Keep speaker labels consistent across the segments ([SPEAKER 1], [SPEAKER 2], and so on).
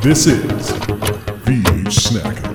[SPEAKER 1] This is VH Snacker.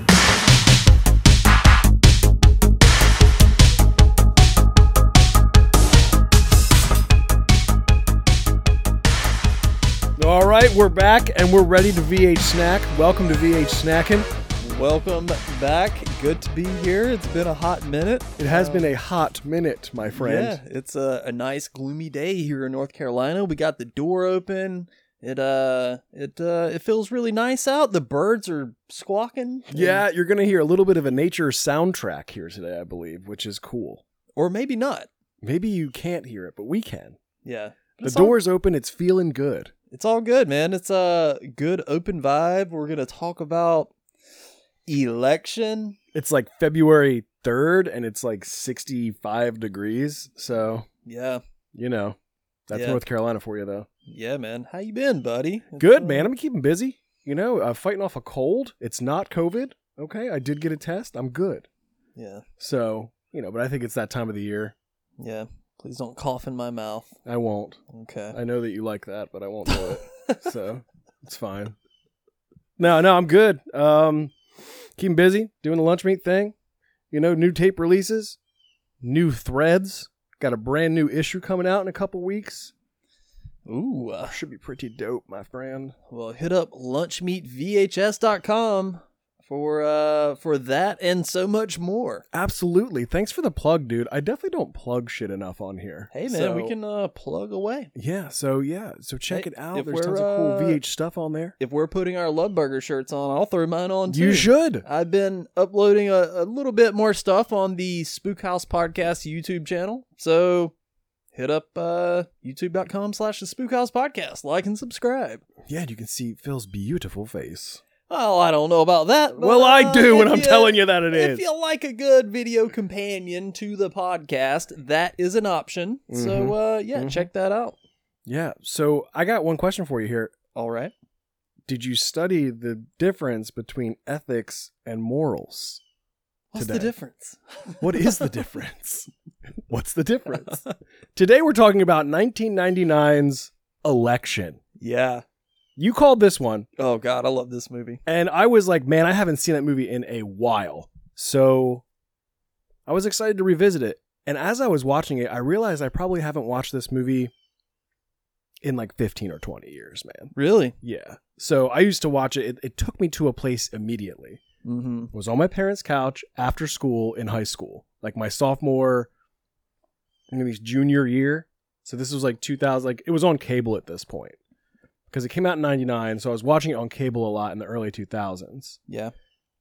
[SPEAKER 2] All right, we're back and we're ready to VH Snack. Welcome to VH Snackin'.
[SPEAKER 3] Welcome back. Good to be here. It's been a hot uh, minute.
[SPEAKER 2] It has been a hot minute, my
[SPEAKER 3] Yeah,
[SPEAKER 2] friend.
[SPEAKER 3] it's a, a nice gloomy day here in North Carolina. We got the door open. It uh it uh it feels really nice out. The birds are squawking.
[SPEAKER 2] Yeah, you're going to hear a little bit of a nature soundtrack here today, I believe, which is cool.
[SPEAKER 3] Or maybe not.
[SPEAKER 2] Maybe you can't hear it, but we can.
[SPEAKER 3] Yeah. But
[SPEAKER 2] The
[SPEAKER 3] it's all-
[SPEAKER 2] door's open, it's feeling good.
[SPEAKER 3] it's all good, man. It's a good open vibe. We're gonna talk about election.
[SPEAKER 2] It's like February 3rd and it's like 65 degrees. So,
[SPEAKER 3] Yeah.
[SPEAKER 2] you know, that's
[SPEAKER 3] Yeah.
[SPEAKER 2] North Carolina for you, though.
[SPEAKER 3] Yeah, man. How you been, buddy? It's,
[SPEAKER 2] Good,
[SPEAKER 3] uh,
[SPEAKER 2] man. I'm keeping busy. You know, uh, fighting off a cold. It's not COVID. Okay, I did get a test. I'm good.
[SPEAKER 3] Yeah.
[SPEAKER 2] So, you know, but I think it's that time of the year.
[SPEAKER 3] Yeah. Please don't cough in my mouth.
[SPEAKER 2] I won't.
[SPEAKER 3] Okay.
[SPEAKER 2] I know that you like that, but I won't do it. so it's fine. No, no, I'm good. Um keeping busy, doing the lunch meat thing. You know, new tape releases, new threads. Got a brand new issue coming out in a couple weeks.
[SPEAKER 3] Ooh. uh,
[SPEAKER 2] Should be pretty dope, my friend.
[SPEAKER 3] Well, hit up lunchmeatvhs.com for uh for that and so much more.
[SPEAKER 2] Absolutely. Thanks for the plug, dude. I definitely don't plug shit enough on here.
[SPEAKER 3] Hey man,
[SPEAKER 2] So-
[SPEAKER 3] we can uh plug away.
[SPEAKER 2] Yeah, so yeah. So check
[SPEAKER 3] Hey,
[SPEAKER 2] it out.
[SPEAKER 3] if
[SPEAKER 2] There's
[SPEAKER 3] we're,
[SPEAKER 2] tons of cool
[SPEAKER 3] uh,
[SPEAKER 2] VH stuff on there.
[SPEAKER 3] If we're putting our Love Burger shirts on, I'll throw mine on too.
[SPEAKER 2] You should.
[SPEAKER 3] I've been uploading a, a little bit more stuff on the Spook House Podcast YouTube channel. So hit up uh youtube.com slash the spook house podcast like and subscribe
[SPEAKER 2] Yeah, you can see Phil's beautiful face.
[SPEAKER 3] well i don't know about that but,
[SPEAKER 2] Well, I
[SPEAKER 3] uh,
[SPEAKER 2] do,
[SPEAKER 3] if
[SPEAKER 2] and I'm
[SPEAKER 3] you-
[SPEAKER 2] telling you that it
[SPEAKER 3] if
[SPEAKER 2] is.
[SPEAKER 3] you like a good video companion to the podcast, that is an option. So uh yeah,
[SPEAKER 2] Mhm.
[SPEAKER 3] check that out.
[SPEAKER 2] Yeah. So I got one question for you here.
[SPEAKER 3] All right.
[SPEAKER 2] Did you study the difference between ethics and morals?
[SPEAKER 3] What's the
[SPEAKER 2] Today.
[SPEAKER 3] difference?
[SPEAKER 2] What is the difference? What's the difference? Today we're talking about 1999's election.
[SPEAKER 3] Yeah.
[SPEAKER 2] You called this one,
[SPEAKER 3] Oh god, I love this movie.
[SPEAKER 2] and I was like, man, I haven't seen that movie in a while. So I was excited to revisit it. And as I was watching it, I realized I probably haven't watched this movie in like 15 or 20 years, man.
[SPEAKER 3] Really?
[SPEAKER 2] Yeah. So I used to watch it. It, it took me to a place immediately.
[SPEAKER 3] Mm-hmm.
[SPEAKER 2] It was on my parents' couch after school in high school, like my sophomore, maybe junior year. So this was like 2000. Like it was on cable at this point because it came out in '99. So I was watching it on cable a lot in the early 2000s.
[SPEAKER 3] Yeah.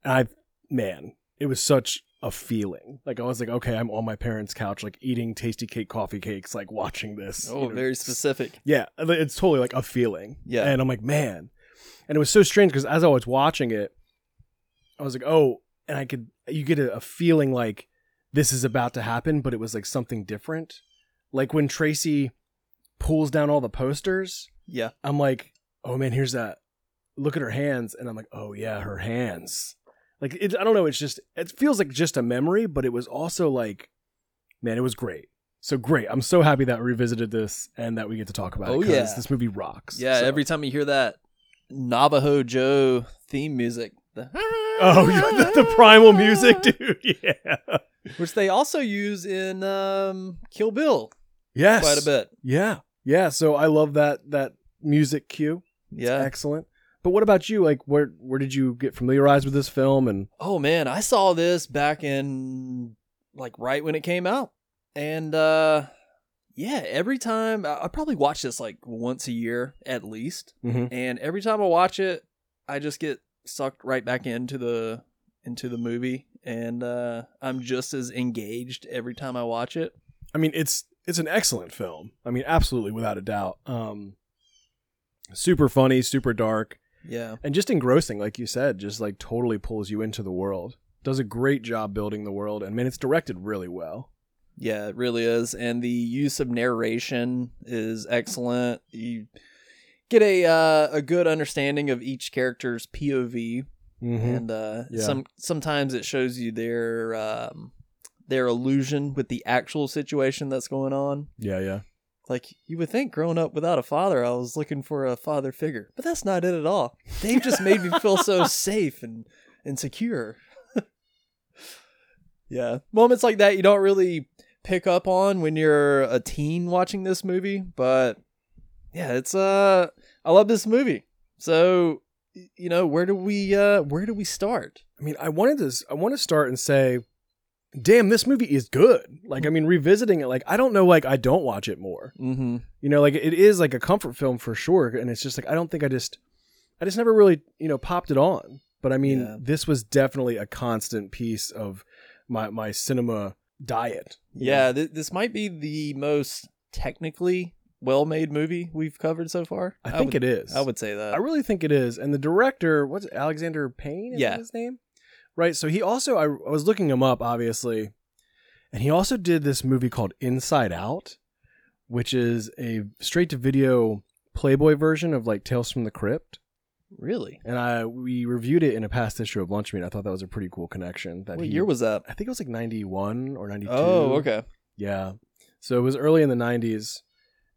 [SPEAKER 2] And I, man, it was such a feeling. Like I was like, okay, I'm on my parents' couch, like eating tasty cake, coffee cakes, like watching this.
[SPEAKER 3] Oh,
[SPEAKER 2] you know,
[SPEAKER 3] very specific.
[SPEAKER 2] yeah, it's totally like a feeling.
[SPEAKER 3] Yeah.
[SPEAKER 2] and I'm like, man, and it was so strange because as I was watching it, I was like, oh, and I could you get a, a feeling like this is about to happen, but it was like something different. Like when Tracy pulls down all the posters,
[SPEAKER 3] Yeah.
[SPEAKER 2] I'm like, oh man, here's that. Look at her hands, and I'm like, oh yeah, her hands. Like it, I don't know. It's just it feels like just a memory, but it was also like, man, it was great. So great. I'm so happy that we revisited this and that we get to talk about it.
[SPEAKER 3] Oh,
[SPEAKER 2] 'cause
[SPEAKER 3] yeah.
[SPEAKER 2] this movie rocks.
[SPEAKER 3] Yeah,
[SPEAKER 2] So-
[SPEAKER 3] every time you hear that Navajo Joe theme music. the-
[SPEAKER 2] Oh, yeah, the, the primal music, dude. Yeah.
[SPEAKER 3] Which they also use in um Kill Bill
[SPEAKER 2] Yes.
[SPEAKER 3] quite a bit.
[SPEAKER 2] Yeah. Yeah. So I love that that music cue.
[SPEAKER 3] Yeah.
[SPEAKER 2] Excellent. But what about you? Like, where where did you get familiarized with this film? And
[SPEAKER 3] Oh man, I saw this back in like right when it came out. And uh yeah, every time I, I probably watch this like once a year at least.
[SPEAKER 2] Mhm.
[SPEAKER 3] And every time I watch it, I just get sucked right back into the into the movie and uh I'm just as engaged every time I watch it.
[SPEAKER 2] I mean, it's it's an excellent film. I mean, absolutely without a doubt. Um, super funny, super dark,
[SPEAKER 3] Yeah.
[SPEAKER 2] and just engrossing, like you said. Just like totally pulls you into the world. Does a great job building the world, and man, it's directed really well.
[SPEAKER 3] Yeah, it really is. And the use of narration is excellent. You get a uh, a good understanding of each character's POV and uh,
[SPEAKER 2] Mm-hmm. Yeah.
[SPEAKER 3] some sometimes it shows you their um, their illusion with the actual situation that's going on,
[SPEAKER 2] Yeah, yeah.
[SPEAKER 3] Like you would think growing up without a father, I was looking for a father figure, but that's not it at all. Dave just made me feel so safe and, and secure. yeah. Moments like that you don't really pick up on when you're a teen watching this movie, but yeah, it's uh I love this movie. So, y- you know, where do we uh where do we start?
[SPEAKER 2] I mean, I wanted to. s- I want to start and say, damn, this movie is good. Like, I mean, revisiting it, like, I don't know, like, I don't watch it more.
[SPEAKER 3] Mhm.
[SPEAKER 2] You know, like, it is like a comfort film for sure, and it's just like I don't think I just, I just never really, you know, popped it on. But I mean,
[SPEAKER 3] Yeah.
[SPEAKER 2] this was definitely a constant piece of my my cinema diet. you know?
[SPEAKER 3] Yeah, th- this might be the most technically well-made movie we've covered so far.
[SPEAKER 2] I think it
[SPEAKER 3] would,
[SPEAKER 2] is.
[SPEAKER 3] I would uh say that.
[SPEAKER 2] I really think it is. And the director, what's it, Alexander Payne? Is that
[SPEAKER 3] Yeah.
[SPEAKER 2] his name. Right. So he also, I, I was looking him up, obviously, and he also did this movie called Inside Out, which is a straight to video Playboy version of like Tales from the Crypt.
[SPEAKER 3] really?
[SPEAKER 2] And I we reviewed it in a past issue of Lunch Meat. I thought that was a pretty cool connection. That
[SPEAKER 3] What
[SPEAKER 2] he-
[SPEAKER 3] year was that?
[SPEAKER 2] I think it was like ninety one or ninety two.
[SPEAKER 3] Oh, okay.
[SPEAKER 2] Yeah. So it was early in the nineties,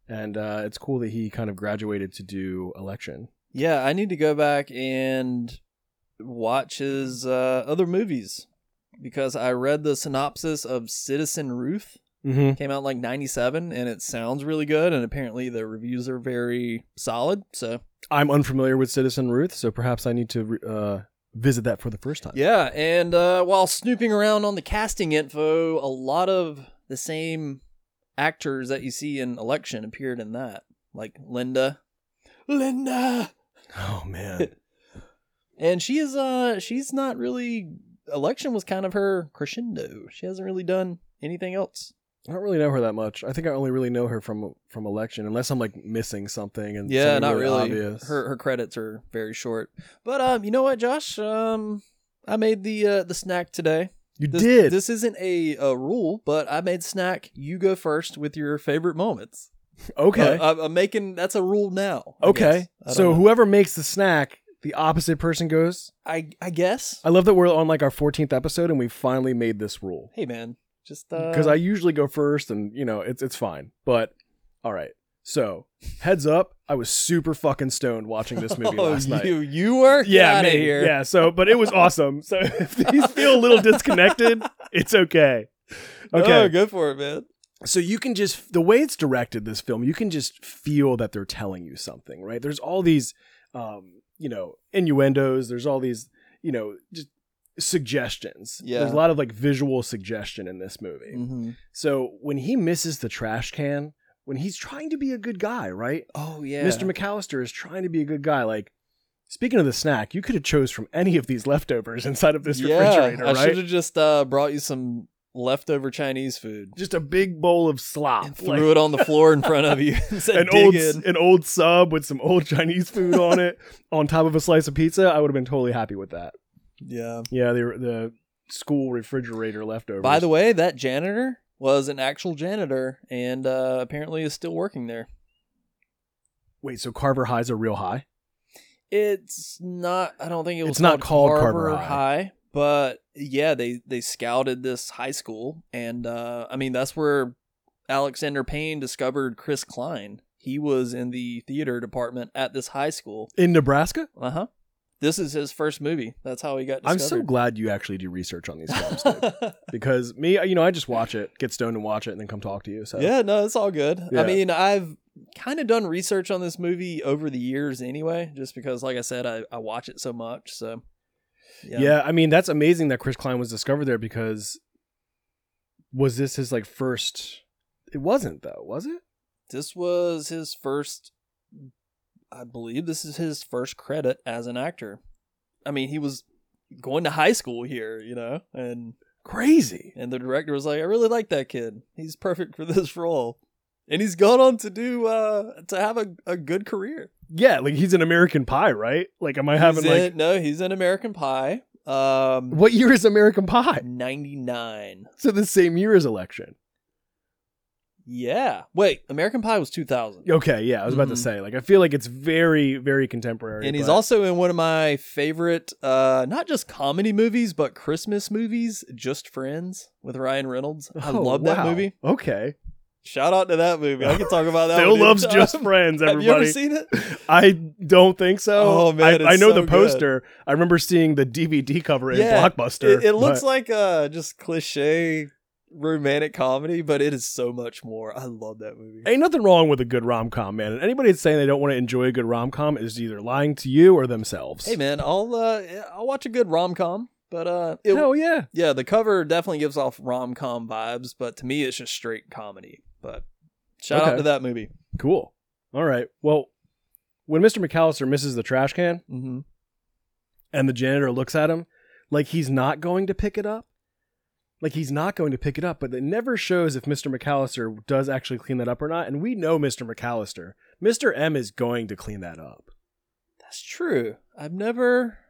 [SPEAKER 2] and uh, it's cool that he kind of graduated to do Election.
[SPEAKER 3] Yeah, I need to go back and watch his uh, other movies because I read the synopsis of Citizen Ruth.
[SPEAKER 2] Mm-hmm.
[SPEAKER 3] Came out in like 97 and it sounds really good and apparently the reviews are very solid. So,
[SPEAKER 2] I'm unfamiliar with Citizen Ruth, so perhaps I need to re- uh, visit that for the first time.
[SPEAKER 3] yeah, and uh, while snooping around on the casting info, a lot of the same actors that you see in Election appeared in that, like Linda. Linda!
[SPEAKER 2] Oh man.
[SPEAKER 3] and she is uh she's not really election was kind of her crescendo she hasn't really done anything else
[SPEAKER 2] I don't really know her that much. I think I only really know her from from election, unless I'm like missing something and
[SPEAKER 3] yeah
[SPEAKER 2] something
[SPEAKER 3] not really
[SPEAKER 2] obvious.
[SPEAKER 3] her her credits are very short but um you know what josh um i made the uh the snack today
[SPEAKER 2] you
[SPEAKER 3] this,
[SPEAKER 2] did.
[SPEAKER 3] this isn't a, a rule but i made snack you go first with your favorite moments
[SPEAKER 2] okay.
[SPEAKER 3] Uh, I'm, I'm making that's a rule now I
[SPEAKER 2] okay.
[SPEAKER 3] guess. I
[SPEAKER 2] So
[SPEAKER 3] don't know.
[SPEAKER 2] whoever makes the snack, the opposite person goes.
[SPEAKER 3] i i guess
[SPEAKER 2] I love that we're on like our 14th episode and we finally made this rule
[SPEAKER 3] hey man just uh
[SPEAKER 2] because I usually go first, and you know it's it's fine. But all right. So heads up, I was super fucking stoned watching this movie
[SPEAKER 3] oh,
[SPEAKER 2] last night.
[SPEAKER 3] you you were
[SPEAKER 2] Yeah,
[SPEAKER 3] out
[SPEAKER 2] me.
[SPEAKER 3] here
[SPEAKER 2] Yeah, so but it was awesome. So if these feel a little disconnected, it's okay.
[SPEAKER 3] okay
[SPEAKER 2] Okay.
[SPEAKER 3] Oh, go for it man
[SPEAKER 2] So you can just the way it's directed this film, you can just feel that they're telling you something, right? There's all these um, you know, innuendos, there's all these, you know, just suggestions.
[SPEAKER 3] Yeah.
[SPEAKER 2] There's a lot of like visual suggestion in this movie.
[SPEAKER 3] mm-hmm.
[SPEAKER 2] So when he misses the trash can, when he's trying to be a good guy, right?
[SPEAKER 3] Oh yeah,
[SPEAKER 2] Mr. McAllister is trying to be a good guy. Like, speaking of the snack, you could have chose from any of these leftovers inside of this refrigerator,
[SPEAKER 3] I should
[SPEAKER 2] right?
[SPEAKER 3] have just uh, brought you some leftover Chinese food
[SPEAKER 2] Just a big bowl of slop,
[SPEAKER 3] and
[SPEAKER 2] like,
[SPEAKER 3] threw it on the floor in front of you and said,
[SPEAKER 2] an
[SPEAKER 3] "Dig
[SPEAKER 2] old
[SPEAKER 3] in."
[SPEAKER 2] an old sub with some old Chinese food on it, on top of a slice of pizza. I would have been totally happy with that.
[SPEAKER 3] Yeah.
[SPEAKER 2] Yeah, the the school refrigerator leftovers.
[SPEAKER 3] By the way, that janitor was an actual janitor and uh, apparently is still working there.
[SPEAKER 2] wait, so Carver High's a real high?
[SPEAKER 3] It's not. I don't think it was.
[SPEAKER 2] It's not called Carver
[SPEAKER 3] Carver
[SPEAKER 2] High.
[SPEAKER 3] High, but yeah, they they scouted this high school, and uh, I mean that's where Alexander Payne discovered Chris Klein. He was in the theater department at this high school,
[SPEAKER 2] In Nebraska?
[SPEAKER 3] Uh huh. This is his first movie. That's how he got
[SPEAKER 2] I'm so
[SPEAKER 3] discovered.
[SPEAKER 2] glad you actually do research on these films, dude.
[SPEAKER 3] glad.
[SPEAKER 2] because me, you know, I just watch it, get stoned and watch it, and then come talk to you. So
[SPEAKER 3] yeah, no, it's all good.
[SPEAKER 2] Yeah.
[SPEAKER 3] I mean, I've kind of done research on this movie over the years anyway, just because, like I said, I, I watch it so much. So,
[SPEAKER 2] Yeah. I mean that's amazing that Chris Klein was discovered there because was this his like first? It wasn't though, was it?
[SPEAKER 3] This was his first, I believe this is his first credit as an actor. I mean, he was going to high school here, you know, and
[SPEAKER 2] Crazy.
[SPEAKER 3] And the director was like, I really like that kid. He's perfect for this role. And he's gone on to do uh to have a, a good career.
[SPEAKER 2] Yeah, like he's an American Pie, right? Like, am I having
[SPEAKER 3] He's in-
[SPEAKER 2] like
[SPEAKER 3] no, he's in American Pie. Um
[SPEAKER 2] what year is American Pie?
[SPEAKER 3] ninety nine.
[SPEAKER 2] So the same year as election.
[SPEAKER 3] Yeah. Wait, American Pie was two thousand.
[SPEAKER 2] Okay, yeah, I was about
[SPEAKER 3] Mhm.
[SPEAKER 2] to say like I feel like it's very very contemporary.
[SPEAKER 3] And he's
[SPEAKER 2] but-
[SPEAKER 3] also in one of my favorite uh not just comedy movies, but Christmas movies, Just Friends with Ryan Reynolds. I
[SPEAKER 2] Oh,
[SPEAKER 3] love that
[SPEAKER 2] wow.
[SPEAKER 3] movie.
[SPEAKER 2] Okay,
[SPEAKER 3] Shout out to that movie. I can talk about that.
[SPEAKER 2] Phil
[SPEAKER 3] one
[SPEAKER 2] loves
[SPEAKER 3] anytime.
[SPEAKER 2] Just Friends.
[SPEAKER 3] Have
[SPEAKER 2] Everybody,
[SPEAKER 3] you ever seen it?
[SPEAKER 2] I don't think so.
[SPEAKER 3] Oh, man,
[SPEAKER 2] I,
[SPEAKER 3] it's
[SPEAKER 2] I know
[SPEAKER 3] so
[SPEAKER 2] the
[SPEAKER 3] good.
[SPEAKER 2] poster. I remember seeing the DVD cover
[SPEAKER 3] Yeah,
[SPEAKER 2] in Blockbuster.
[SPEAKER 3] It, it looks like uh just cliche romantic comedy, but it is so much more. I love that movie.
[SPEAKER 2] ain't nothing wrong with a good rom com, man. And anybody that's saying they don't want to enjoy a good rom com is either lying to you or themselves.
[SPEAKER 3] Hey man, I'll uh I'll watch a good rom com, but uh it,
[SPEAKER 2] Hell yeah.
[SPEAKER 3] yeah, the cover definitely gives off rom com vibes, but to me it's just straight comedy. But shout out
[SPEAKER 2] Okay.
[SPEAKER 3] to that movie.
[SPEAKER 2] Cool. All right. Well, when Mr. McAllister misses the trash can
[SPEAKER 3] Mm-hmm.
[SPEAKER 2] and the janitor looks at him like he's not going to pick it up, like he's not going to pick it up, but it never shows if Mr. McAllister does actually clean that up or not. And we know Mr. McAllister. Mr. M is going to clean that up.
[SPEAKER 3] That's true. I've never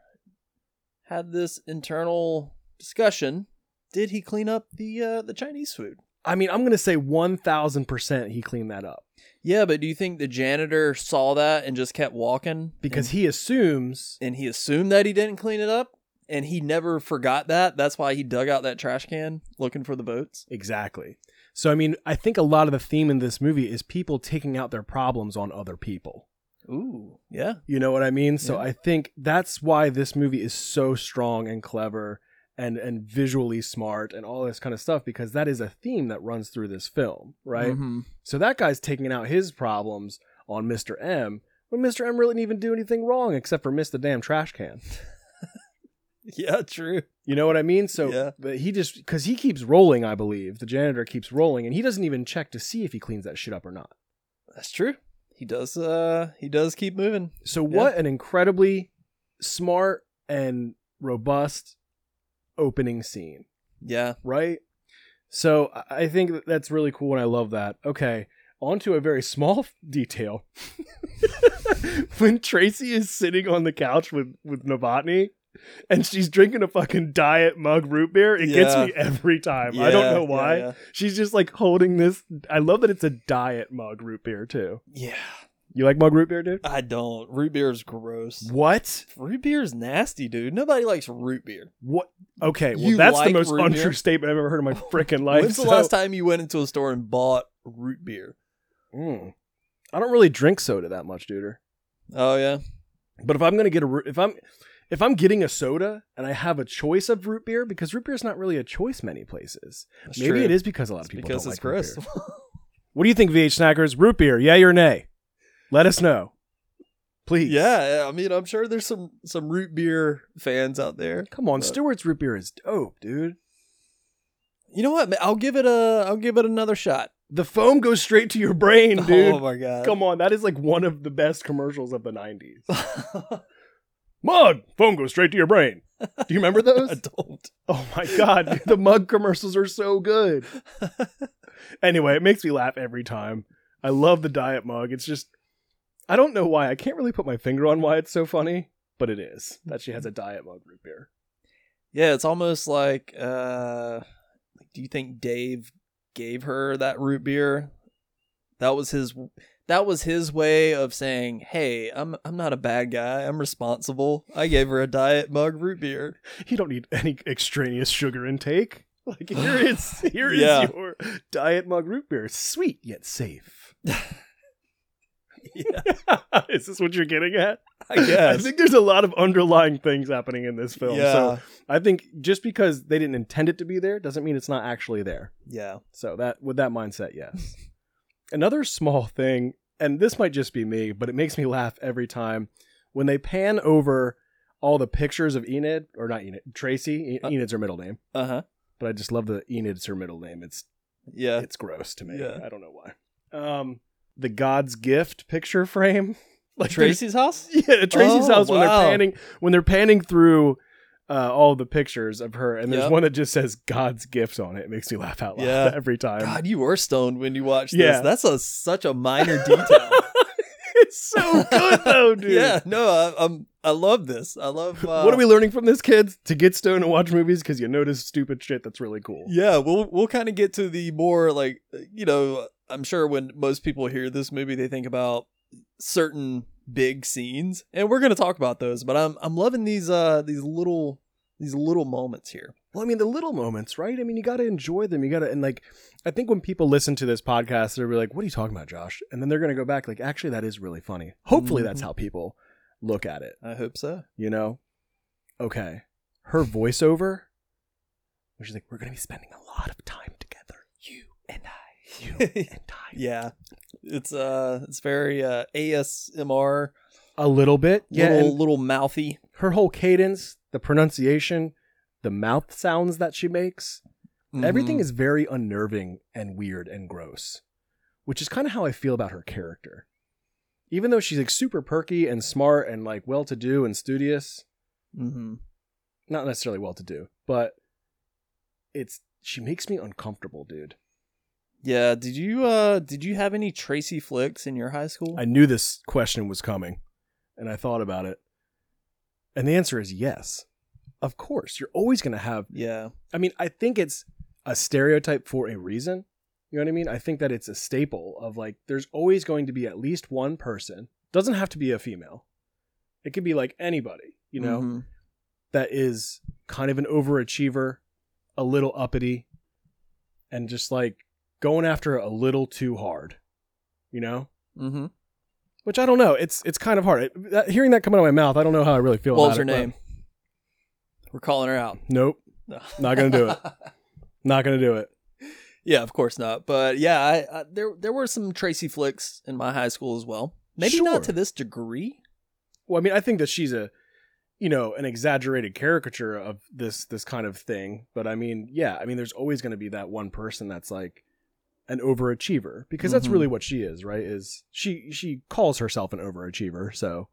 [SPEAKER 3] had this internal discussion. Did he clean up the uh, the Chinese food?
[SPEAKER 2] I mean, I'm going to say 1000% he cleaned that up
[SPEAKER 3] Yeah, but do you think the janitor saw that and just kept walking
[SPEAKER 2] because
[SPEAKER 3] and,
[SPEAKER 2] he assumes
[SPEAKER 3] and he assumed that he didn't clean it up and he never forgot that? That's why he dug out that trash can looking for the boats.
[SPEAKER 2] Exactly. So I mean, I think a lot of the theme in this movie is people taking out their problems on other people.
[SPEAKER 3] Ooh, yeah.
[SPEAKER 2] You know what I mean? So
[SPEAKER 3] Yeah.
[SPEAKER 2] I think that's why this movie is so strong and clever and and visually smart and all this kind of stuff because that is a theme that runs through this film, right?
[SPEAKER 3] Mhm.
[SPEAKER 2] So that guy's taking out his problems on Mr. M when Mr. M really didn't even do anything wrong except for miss the damn trash can.
[SPEAKER 3] Yeah, true.
[SPEAKER 2] You know what I mean? So
[SPEAKER 3] Yeah.
[SPEAKER 2] but he just because he keeps rolling, I believe the janitor keeps rolling, and he doesn't even check to see if he cleans that shit up or not.
[SPEAKER 3] That's true. He does uh he does keep moving.
[SPEAKER 2] So what an incredibly smart and robust opening scene,
[SPEAKER 3] Yeah.
[SPEAKER 2] right? So I- I think that that's really cool, and I love that. Okay, on to a very small f- detail. when Tracy is sitting on the couch with with Novotny. And she's drinking a fucking diet mug root beer. It gets
[SPEAKER 3] Yeah.
[SPEAKER 2] me every time. I don't
[SPEAKER 3] Yeah,
[SPEAKER 2] know why.
[SPEAKER 3] Yeah.
[SPEAKER 2] She's just like holding this. I love that it's a diet mug root beer too.
[SPEAKER 3] yeah. Yeah.
[SPEAKER 2] You like mug root beer, dude?
[SPEAKER 3] I don't. Root beer is gross.
[SPEAKER 2] What?
[SPEAKER 3] Root beer is nasty, dude. Nobody likes root beer.
[SPEAKER 2] What? Okay, well
[SPEAKER 3] You
[SPEAKER 2] that's
[SPEAKER 3] like
[SPEAKER 2] the most
[SPEAKER 3] root
[SPEAKER 2] untrue
[SPEAKER 3] beer?
[SPEAKER 2] statement I've ever heard in my freaking life.
[SPEAKER 3] When's the
[SPEAKER 2] so-
[SPEAKER 3] last time you went into a store and bought root beer?
[SPEAKER 2] Mm. I don't really drink soda that much, dude.
[SPEAKER 3] Oh yeah.
[SPEAKER 2] But if I'm gonna get a root, if I'm if I'm getting a soda and I have a choice of root beer, because root beer is not really a choice many places.
[SPEAKER 3] That's
[SPEAKER 2] Maybe
[SPEAKER 3] true.
[SPEAKER 2] it is because a lot
[SPEAKER 3] It's
[SPEAKER 2] of people
[SPEAKER 3] because
[SPEAKER 2] don't like
[SPEAKER 3] it's
[SPEAKER 2] root
[SPEAKER 3] gross.
[SPEAKER 2] beer. What do you think, VH Snackers? Root beer, yay or nay? Let us know, please.
[SPEAKER 3] yeah, yeah, I mean, I'm sure there's some some root beer fans out there.
[SPEAKER 2] Come on,
[SPEAKER 3] But-
[SPEAKER 2] Stewart's root beer is dope, dude.
[SPEAKER 3] You know what? man? I'll give it a I'll give it another shot.
[SPEAKER 2] The foam goes straight to your brain,
[SPEAKER 3] oh
[SPEAKER 2] dude.
[SPEAKER 3] my god.
[SPEAKER 2] Come on, that is like one of the best commercials of the 90s. Mug, foam goes straight to your brain. Do you remember
[SPEAKER 3] I
[SPEAKER 2] those?
[SPEAKER 3] don't.
[SPEAKER 2] oh my god, dude, the mug commercials are so good. Anyway, it makes me laugh every time. I love the diet mug. It's just I don't know why. I can't really put my finger on why it's so funny, but it is. That she has a diet mug root beer.
[SPEAKER 3] Yeah, it's almost like uh do you think Dave gave her that root beer? That was his that was his way of saying, "Hey, I'm I'm not a bad guy. I'm responsible. I gave her a diet mug root beer."
[SPEAKER 2] You don't need any extraneous sugar intake. Like here is here is
[SPEAKER 3] Yeah.
[SPEAKER 2] your diet mug root beer. Sweet yet safe.
[SPEAKER 3] Yeah,
[SPEAKER 2] is this what you're getting at?
[SPEAKER 3] I
[SPEAKER 2] I
[SPEAKER 3] guess.
[SPEAKER 2] think there's a lot of underlying things happening in this film.
[SPEAKER 3] yeah.
[SPEAKER 2] So I think just because they didn't intend it to be there doesn't mean it's not actually there.
[SPEAKER 3] yeah.
[SPEAKER 2] So that with that mindset, yes. Another small thing, and this might just be me, but it makes me laugh every time when they pan over all the pictures of Enid or not Enid, Tracy. E-
[SPEAKER 3] Uh-
[SPEAKER 2] Enid's her middle name,
[SPEAKER 3] Uh-huh.
[SPEAKER 2] but I just love the Enid's her middle name. It's
[SPEAKER 3] Yeah.
[SPEAKER 2] it's gross to me.
[SPEAKER 3] Yeah.
[SPEAKER 2] I don't know why. Um, the God's gift picture frame, like there's-
[SPEAKER 3] Tracy's house?
[SPEAKER 2] yeah, at Tracy's
[SPEAKER 3] Oh,
[SPEAKER 2] house when
[SPEAKER 3] wow.
[SPEAKER 2] they're panning when they're panning through uh, all the pictures of her, and there's
[SPEAKER 3] Yep.
[SPEAKER 2] one that just says God's gift on it. It makes me laugh out loud
[SPEAKER 3] Yeah.
[SPEAKER 2] every time.
[SPEAKER 3] God, you were stoned when you watched
[SPEAKER 2] Yeah.
[SPEAKER 3] this. That's a such a minor detail.
[SPEAKER 2] it's so good though, dude.
[SPEAKER 3] Yeah, no, I, I'm I love this. I love uh,
[SPEAKER 2] what are we learning from this, kids? To get stoned and watch movies because you notice stupid shit that's really cool.
[SPEAKER 3] Yeah, we'll we'll kind of get to the more like you know, I'm sure when most people hear this movie they think about certain big scenes and we're going to talk about those, but I'm I'm loving these uh these little these little moments here.
[SPEAKER 2] Well, I mean, the little moments, right? I mean, you got to enjoy them. You got to, and like, I think when people listen to this podcast, they'll be like, what are you talking about, Josh? And then they're going to go back, like, actually, that is really funny. Hopefully, that's
[SPEAKER 3] Mhm.
[SPEAKER 2] how people look at it,
[SPEAKER 3] I hope so.
[SPEAKER 2] you know? Okay. Her voiceover, where she's like, we're going to be spending a lot of time together, you and I, you and I.
[SPEAKER 3] yeah, it's uh, it's very uh ASMR.
[SPEAKER 2] A little bit. Yeah.
[SPEAKER 3] little,
[SPEAKER 2] and
[SPEAKER 3] little mouthy.
[SPEAKER 2] her whole cadence, the pronunciation, the mouth sounds that she makes. Everything is very unnerving and weird and gross, which is kind of how I feel about her character. Even though she's like super perky and smart and like well to do and studious,
[SPEAKER 3] Mm-hmm.
[SPEAKER 2] not necessarily well to do, but it's she makes me uncomfortable, dude.
[SPEAKER 3] Yeah. Did you uh did you have any Tracy flicks in your high school?
[SPEAKER 2] I knew this question was coming and I thought about it. And the answer is yes. Of course, you're always going to have
[SPEAKER 3] yeah.
[SPEAKER 2] I mean, I think it's a stereotype for a reason. You know what I mean? I think that it's a staple of like, there's always going to be at least one person, doesn't have to be a female. It could be like anybody, you know,
[SPEAKER 3] Mhm.
[SPEAKER 2] that is kind of an overachiever, a little uppity, and just like going after it a little too hard, you know?
[SPEAKER 3] Mhm.
[SPEAKER 2] Which I don't know. It's it's kind of hard. It, that, hearing that come out of my mouth, I don't know how I really feel.
[SPEAKER 3] What was
[SPEAKER 2] about it,
[SPEAKER 3] her
[SPEAKER 2] but-
[SPEAKER 3] name? We're calling her out.
[SPEAKER 2] Nope, Not gonna do it. not gonna do it.
[SPEAKER 3] yeah, of course not. But yeah, I, I, there there were some Tracy flicks in my high school as well. Maybe
[SPEAKER 2] Sure.
[SPEAKER 3] not to this degree.
[SPEAKER 2] Well, I mean, I think that she's a, you know, an exaggerated caricature of this this kind of thing. But I mean, yeah, I mean, there's always going to be that one person that's like an overachiever because that's
[SPEAKER 3] Mhm.
[SPEAKER 2] really what she is, right? Is she she calls herself an overachiever? So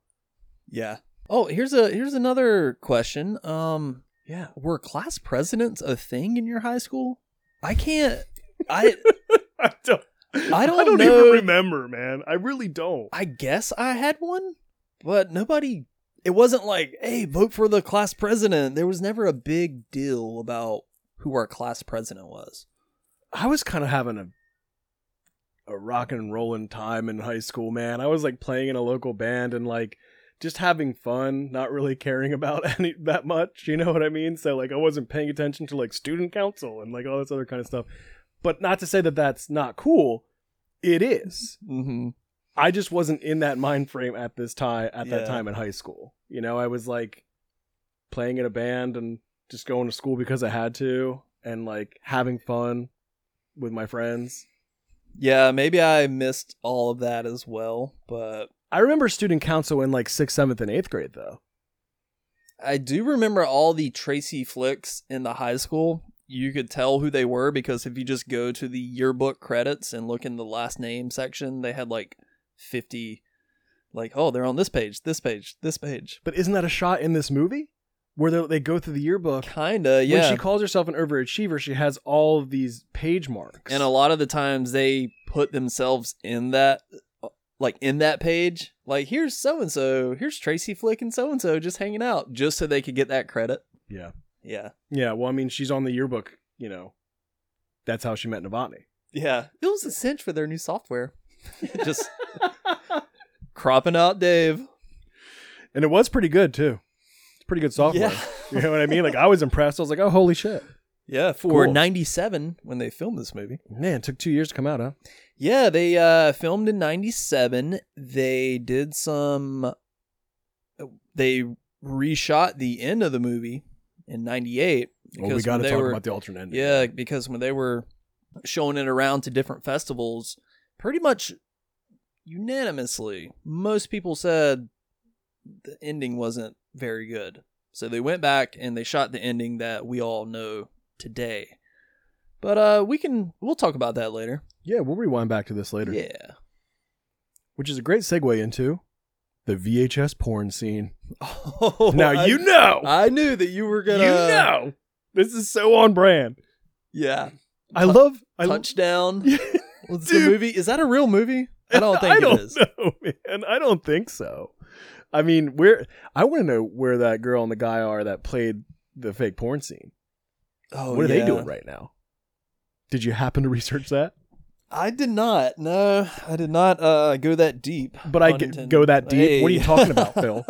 [SPEAKER 3] Yeah. Oh, here's a here's another question. Um,
[SPEAKER 2] yeah,
[SPEAKER 3] were class presidents a thing in your high school? I can't. I
[SPEAKER 2] I don't.
[SPEAKER 3] I don't know-
[SPEAKER 2] remember, man. I really don't.
[SPEAKER 3] I guess I had one, but nobody. It wasn't like, hey, vote for the class president. There was never a big deal about who our class president was.
[SPEAKER 2] I was kind of having a a rock and rolling time in high school, man. I was like playing in a local band and like just having fun, not really caring about any that much, you know what I mean? So like I wasn't paying attention to like student council and like all this other kind of stuff. But not to say that that's not cool, it is.
[SPEAKER 3] Mm-hmm.
[SPEAKER 2] I just wasn't in that mind frame at this time at that
[SPEAKER 3] Yeah.
[SPEAKER 2] time in high school. You know, I was like playing in a band and just going to school because I had to and like having fun with my friends.
[SPEAKER 3] Yeah, maybe I missed all of that as well, but
[SPEAKER 2] I remember student council in like sixth, seventh, and eighth grade though.
[SPEAKER 3] I do remember all the Tracy flicks in the high school. You could tell who they were because if you just go to the yearbook credits and look in the last name section, they had like 50 like oh, they're on this page, this page, this page.
[SPEAKER 2] But isn't that a shot in this movie where they- they go through the yearbook?
[SPEAKER 3] Kinda,
[SPEAKER 2] When
[SPEAKER 3] yeah.
[SPEAKER 2] she calls herself an overachiever, she has all of these page marks.
[SPEAKER 3] and a lot of the times they put themselves in that like in that page. Like here's so and so, here's Tracy Flick and so and so just hanging out just so they could get that credit.
[SPEAKER 2] yeah,
[SPEAKER 3] Yeah.
[SPEAKER 2] yeah. Well, I mean, she's on the yearbook. You know, that's how she met Novotny.
[SPEAKER 3] Yeah. It was a cinch for their new software. Just cropping out Dave.
[SPEAKER 2] and it was pretty good too. It's pretty good software.
[SPEAKER 3] Yeah.
[SPEAKER 2] You know what I mean? Like I was impressed. I was like, oh, holy shit,
[SPEAKER 3] Yeah, for
[SPEAKER 2] Cool.
[SPEAKER 3] 97 when they filmed this movie.
[SPEAKER 2] man! It took two years to come out, huh?
[SPEAKER 3] Yeah, they uh filmed in 97. They did some they reshot the end of the movie in 98
[SPEAKER 2] Well, Oh, we
[SPEAKER 3] because
[SPEAKER 2] got
[SPEAKER 3] when
[SPEAKER 2] to
[SPEAKER 3] they
[SPEAKER 2] talk
[SPEAKER 3] were-
[SPEAKER 2] about the alternate ending.
[SPEAKER 3] Yeah, because when they were showing it around to different festivals, pretty much unanimously, most people said the ending wasn't very good. So they went back and they shot the ending that we all know today. But uh we can we'll talk about that later.
[SPEAKER 2] yeah. We'll rewind back to this later.
[SPEAKER 3] Yeah.
[SPEAKER 2] which is a great segue into the VHS porn scene.
[SPEAKER 3] Oh,
[SPEAKER 2] now
[SPEAKER 3] I-
[SPEAKER 2] you know,
[SPEAKER 3] I knew that you were gonna
[SPEAKER 2] you know, this is so on brand.
[SPEAKER 3] Yeah.
[SPEAKER 2] I love, I lo-
[SPEAKER 3] Touchdown. was the
[SPEAKER 2] Dude.
[SPEAKER 3] movie. Is that a real movie? I don't think
[SPEAKER 2] I don't
[SPEAKER 3] it is.
[SPEAKER 2] know, man. I don't think so. I mean, where I want to know where that girl and the guy are that played the fake porn scene.
[SPEAKER 3] Oh,
[SPEAKER 2] what are they
[SPEAKER 3] yeah.
[SPEAKER 2] doing right now? Did you happen to research that?
[SPEAKER 3] I did not. No, I did not uh, go that deep.
[SPEAKER 2] But I
[SPEAKER 3] Pun
[SPEAKER 2] g-
[SPEAKER 3] intended.
[SPEAKER 2] go that deep? What are you talking about, Phil?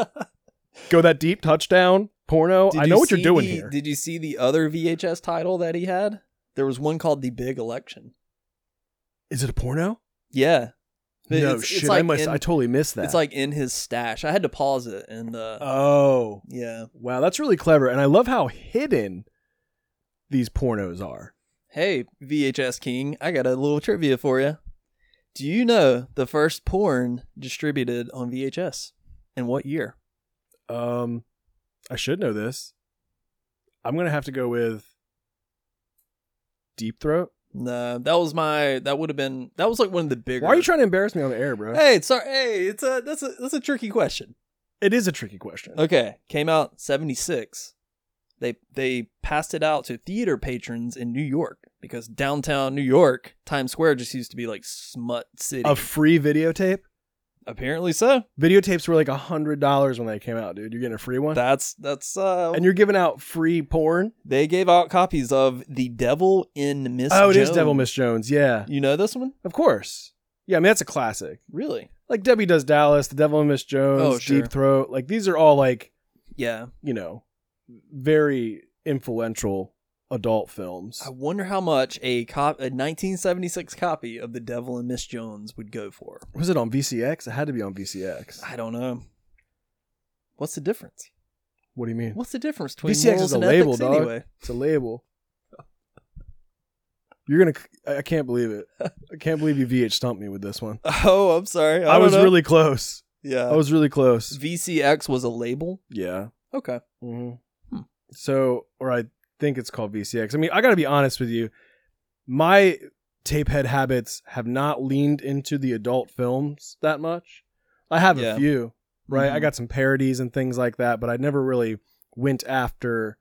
[SPEAKER 2] Go that deep touchdown. porno.
[SPEAKER 3] Did
[SPEAKER 2] I know what
[SPEAKER 3] see
[SPEAKER 2] you're doing
[SPEAKER 3] the-
[SPEAKER 2] here.
[SPEAKER 3] Did you see the other VHS title that he had? There was one called The Big Election.
[SPEAKER 2] Is it a porno?
[SPEAKER 3] Yeah. It-
[SPEAKER 2] no
[SPEAKER 3] it's- it's
[SPEAKER 2] shit. I
[SPEAKER 3] like
[SPEAKER 2] must.
[SPEAKER 3] in-
[SPEAKER 2] I totally missed that.
[SPEAKER 3] It's like in his stash. I had to pause it and uh
[SPEAKER 2] oh
[SPEAKER 3] yeah.
[SPEAKER 2] wow, that's really clever, and I love how hidden these pornos are.
[SPEAKER 3] Hey, VHS King, I got a little trivia for you. Do you know the first porn distributed on VHS? And what year?
[SPEAKER 2] Um, I should know this. I'm gonna have to go with Deep Throat.
[SPEAKER 3] No, that was my that would have been that was like one of the bigger
[SPEAKER 2] Why are you trying to embarrass me on the air, bro?
[SPEAKER 3] Hey, sorry. Hey, it's a that's a that's a tricky question.
[SPEAKER 2] It is a tricky question.
[SPEAKER 3] Okay, came out 76. They they passed it out to theater patrons in New York because downtown New York, Times Square just used to be like smut city.
[SPEAKER 2] A free videotape.
[SPEAKER 3] Apparently so.
[SPEAKER 2] Videotapes were like a hundred dollars when they came out, dude. You're getting a free one,
[SPEAKER 3] That's that's uh
[SPEAKER 2] and you're giving out free porn.
[SPEAKER 3] they gave out copies of The Devil in Miss
[SPEAKER 2] oh, it is
[SPEAKER 3] Jones.
[SPEAKER 2] Devil Miss Jones. Yeah,
[SPEAKER 3] You know this one?
[SPEAKER 2] of course. Yeah, I mean that's a classic.
[SPEAKER 3] Really?
[SPEAKER 2] Like Debbie Does Dallas, The Devil and Miss Jones,
[SPEAKER 3] Oh, sure.
[SPEAKER 2] Deep Throat. Like these are all like
[SPEAKER 3] Yeah.
[SPEAKER 2] you know very influential adult films.
[SPEAKER 3] I wonder how much a cop a 1976 copy of The Devil in Miss Jones would go for.
[SPEAKER 2] Was it on VCX? It had to be on VCX.
[SPEAKER 3] I don't know. What's the difference?
[SPEAKER 2] What do you mean?
[SPEAKER 3] What's the difference between
[SPEAKER 2] VCX is
[SPEAKER 3] morals
[SPEAKER 2] a
[SPEAKER 3] and
[SPEAKER 2] label,
[SPEAKER 3] ethics
[SPEAKER 2] dog.
[SPEAKER 3] anyway?
[SPEAKER 2] It's a label. You're gonna. I I can't believe it. I can't believe you VH stumped me with this one.
[SPEAKER 3] Oh, I'm sorry.
[SPEAKER 2] I, Uh,
[SPEAKER 3] don't
[SPEAKER 2] was
[SPEAKER 3] know.
[SPEAKER 2] really Oh. close.
[SPEAKER 3] yeah.
[SPEAKER 2] I was really close.
[SPEAKER 3] VCX was a label.
[SPEAKER 2] Yeah.
[SPEAKER 3] Okay. Hmm.
[SPEAKER 2] Mm-hmm. So, or I think it's called VCX. I mean, I got to be honest with you. My tapehead habits have not leaned into the adult films that much. I have
[SPEAKER 3] Yeah.
[SPEAKER 2] a few, right? I
[SPEAKER 3] Mhm.
[SPEAKER 2] got some parodies and things like that, but I never really went after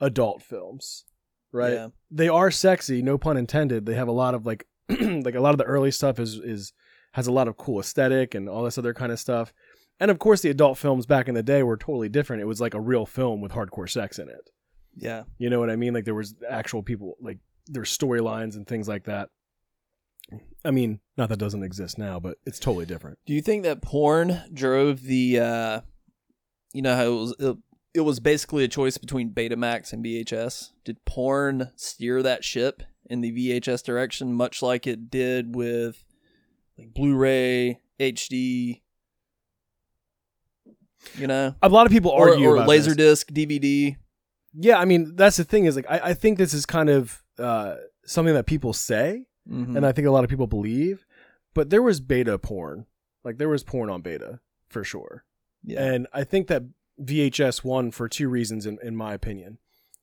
[SPEAKER 2] adult films, right?
[SPEAKER 3] Yeah.
[SPEAKER 2] They are sexy, no pun intended. They have a lot of like, like a lot of the early stuff is is has a lot of cool aesthetic and all this other kind of stuff. And of course, the adult films back in the day were totally different. It was like a real film with hardcore sex in it.
[SPEAKER 3] Yeah.
[SPEAKER 2] You know what I mean? Like there was actual people, like there were storylines and things like that. I mean, not that doesn't exist now, but it's totally different.
[SPEAKER 3] Do you think that porn drove the uh you know how it was it, it was basically a choice between Betamax and VHS? Did porn steer that ship in the VHS direction much like it did with like Blu-ray, HD, you know?
[SPEAKER 2] A lot of people
[SPEAKER 3] Or,
[SPEAKER 2] argue
[SPEAKER 3] or
[SPEAKER 2] about this.
[SPEAKER 3] Laserdisc, DVD.
[SPEAKER 2] Yeah, I mean, that's the thing is like I, I think this is kind of uh, something that people say,
[SPEAKER 3] Mhm.
[SPEAKER 2] and I think a lot of people believe. But there was beta porn, like there was porn on beta for sure.
[SPEAKER 3] yeah.
[SPEAKER 2] And I think that VHS won for two reasons, in, in my opinion.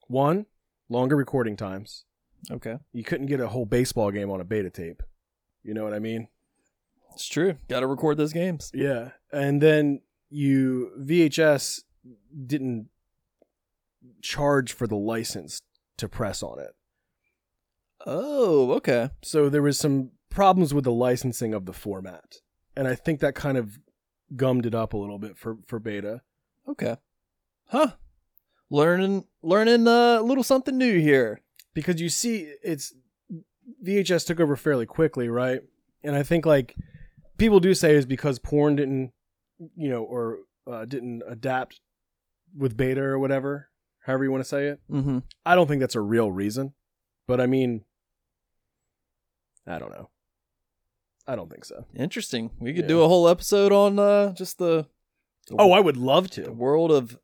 [SPEAKER 2] One, longer recording times.
[SPEAKER 3] okay.
[SPEAKER 2] You couldn't get a whole baseball game on a beta tape. You know what I mean?
[SPEAKER 3] It's true. Got to record those games.
[SPEAKER 2] Yeah. And then you, VHS didn't charge for the license to press on it.
[SPEAKER 3] Oh, okay.
[SPEAKER 2] So there was some problems with the licensing of the format. And I think that kind of gummed it up a little bit for, for beta.
[SPEAKER 3] Okay. Huh. Learning learning uh, a little something new here.
[SPEAKER 2] because you see it's VHS took over fairly quickly, right? And I think like people do say is because porn didn't, you know, or uh, didn't adapt with beta or whatever, however you want to say it.
[SPEAKER 3] Mm-hmm.
[SPEAKER 2] I don't think that's a real reason, but I mean, I don't know. I don't think so.
[SPEAKER 3] Interesting. We could
[SPEAKER 2] Yeah.
[SPEAKER 3] do a whole episode on uh, just the, the
[SPEAKER 2] Oh, I would love
[SPEAKER 3] the
[SPEAKER 2] to.
[SPEAKER 3] world of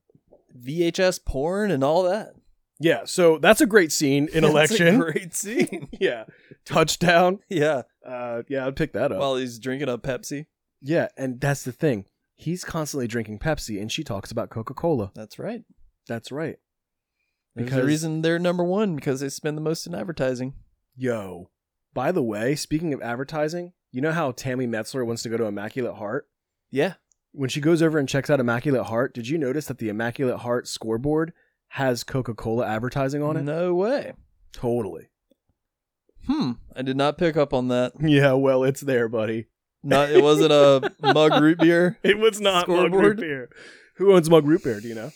[SPEAKER 3] VHS porn and all that.
[SPEAKER 2] Yeah, so that's a great scene in
[SPEAKER 3] That's a
[SPEAKER 2] election.
[SPEAKER 3] great scene.
[SPEAKER 2] yeah, touchdown.
[SPEAKER 3] yeah.
[SPEAKER 2] Uh, yeah, I'd pick that up.
[SPEAKER 3] While he's drinking a Pepsi.
[SPEAKER 2] Yeah, and that's the thing. He's constantly drinking Pepsi, and she talks about Coca Cola.
[SPEAKER 3] That's right.
[SPEAKER 2] That's right.
[SPEAKER 3] There's
[SPEAKER 2] Because-
[SPEAKER 3] a reason they're number one because they spend the most in advertising.
[SPEAKER 2] Yo. By the way, speaking of advertising, you know how Tammy Metzler wants to go to Immaculate Heart?
[SPEAKER 3] Yeah.
[SPEAKER 2] When she goes over and checks out Immaculate Heart, did you notice that the Immaculate Heart scoreboard has Coca Cola advertising on it?
[SPEAKER 3] No way.
[SPEAKER 2] Totally.
[SPEAKER 3] Hmm. I did not pick up on that.
[SPEAKER 2] Yeah, well, it's there, buddy.
[SPEAKER 3] Not. It wasn't a mug root beer.
[SPEAKER 2] It was not Mug
[SPEAKER 3] Scoreboard?
[SPEAKER 2] Root Beer. Who owns Mug Root Beer? Do you know?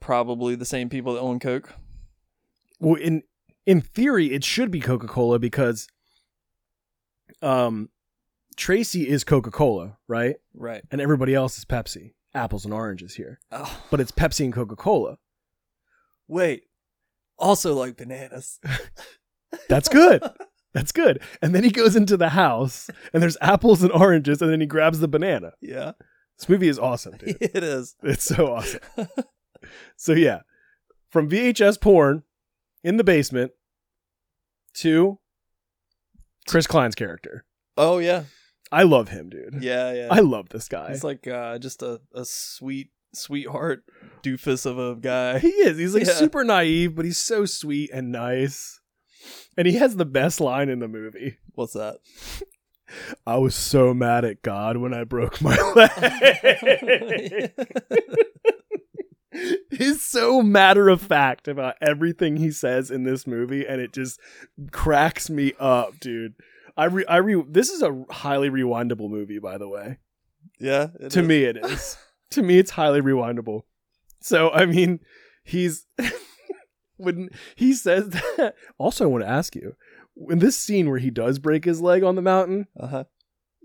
[SPEAKER 3] Probably the same people that own Coke.
[SPEAKER 2] well in in theory it should be coca-cola because um tracy is coca-cola right
[SPEAKER 3] Right.
[SPEAKER 2] and everybody else is pepsi apples and oranges here,
[SPEAKER 3] Oh,
[SPEAKER 2] but it's Pepsi and Coca Cola.
[SPEAKER 3] wait. Also like bananas.
[SPEAKER 2] That's good. That's good. And then he goes into the house and there's apples and oranges and then he grabs the banana.
[SPEAKER 3] Yeah.
[SPEAKER 2] This movie is awesome, dude.
[SPEAKER 3] It is.
[SPEAKER 2] It's so awesome. so yeah, from VHS porn in the basement to Chris Klein's character.
[SPEAKER 3] Oh yeah.
[SPEAKER 2] I love him, dude.
[SPEAKER 3] Yeah, yeah.
[SPEAKER 2] I love this guy.
[SPEAKER 3] He's like uh, just a, a sweet sweetheart doofus of a guy.
[SPEAKER 2] He is. He's like
[SPEAKER 3] Yeah.
[SPEAKER 2] super naive, but he's so sweet and nice. And he has the best line in the movie.
[SPEAKER 3] What's that?
[SPEAKER 2] I was so mad at God when I broke my leg. he's so matter of fact about everything he says in this movie, and it just cracks me up, dude. I re- I re- this is a highly rewindable movie, by the way.
[SPEAKER 3] yeah. it
[SPEAKER 2] to
[SPEAKER 3] is.
[SPEAKER 2] me, it is. to me, it's highly rewindable. So I mean, he's when he says that. Also, I want to ask you in this scene where he does break his leg on the mountain.
[SPEAKER 3] Uh-huh.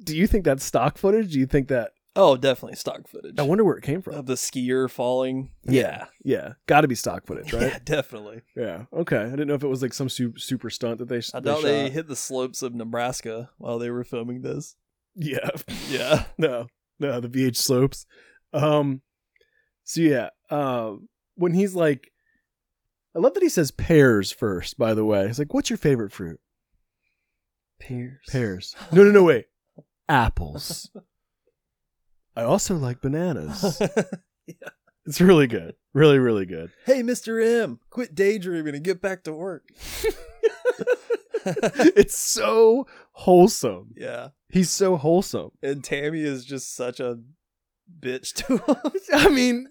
[SPEAKER 2] Do you think that's stock footage? Do you think that?
[SPEAKER 3] Oh, definitely stock footage.
[SPEAKER 2] I wonder where it came from.
[SPEAKER 3] of the skier falling.
[SPEAKER 2] Yeah. Yeah, got to be stock footage,
[SPEAKER 3] Yeah,
[SPEAKER 2] right?
[SPEAKER 3] definitely.
[SPEAKER 2] Yeah. Okay. I didn't know if it was like some su- super stunt that they.
[SPEAKER 3] I doubt
[SPEAKER 2] they.
[SPEAKER 3] they
[SPEAKER 2] shot.
[SPEAKER 3] hit the slopes of Nebraska while they were filming this.
[SPEAKER 2] Yeah.
[SPEAKER 3] Yeah.
[SPEAKER 2] No. No. The VH slopes. Um. So yeah. Uh, when he's like, I love that he says pears first. By the way, he's like, "What's your favorite fruit?"
[SPEAKER 3] Pears.
[SPEAKER 2] Pears. No. No. No. Wait. Apples. I also like bananas. It's really good. Really, really good.
[SPEAKER 3] hey, Mr. M, quit daydreaming and get back to work.
[SPEAKER 2] It's so wholesome.
[SPEAKER 3] yeah.
[SPEAKER 2] He's so wholesome.
[SPEAKER 3] And Tammy is just such a bitch to him.
[SPEAKER 2] I mean,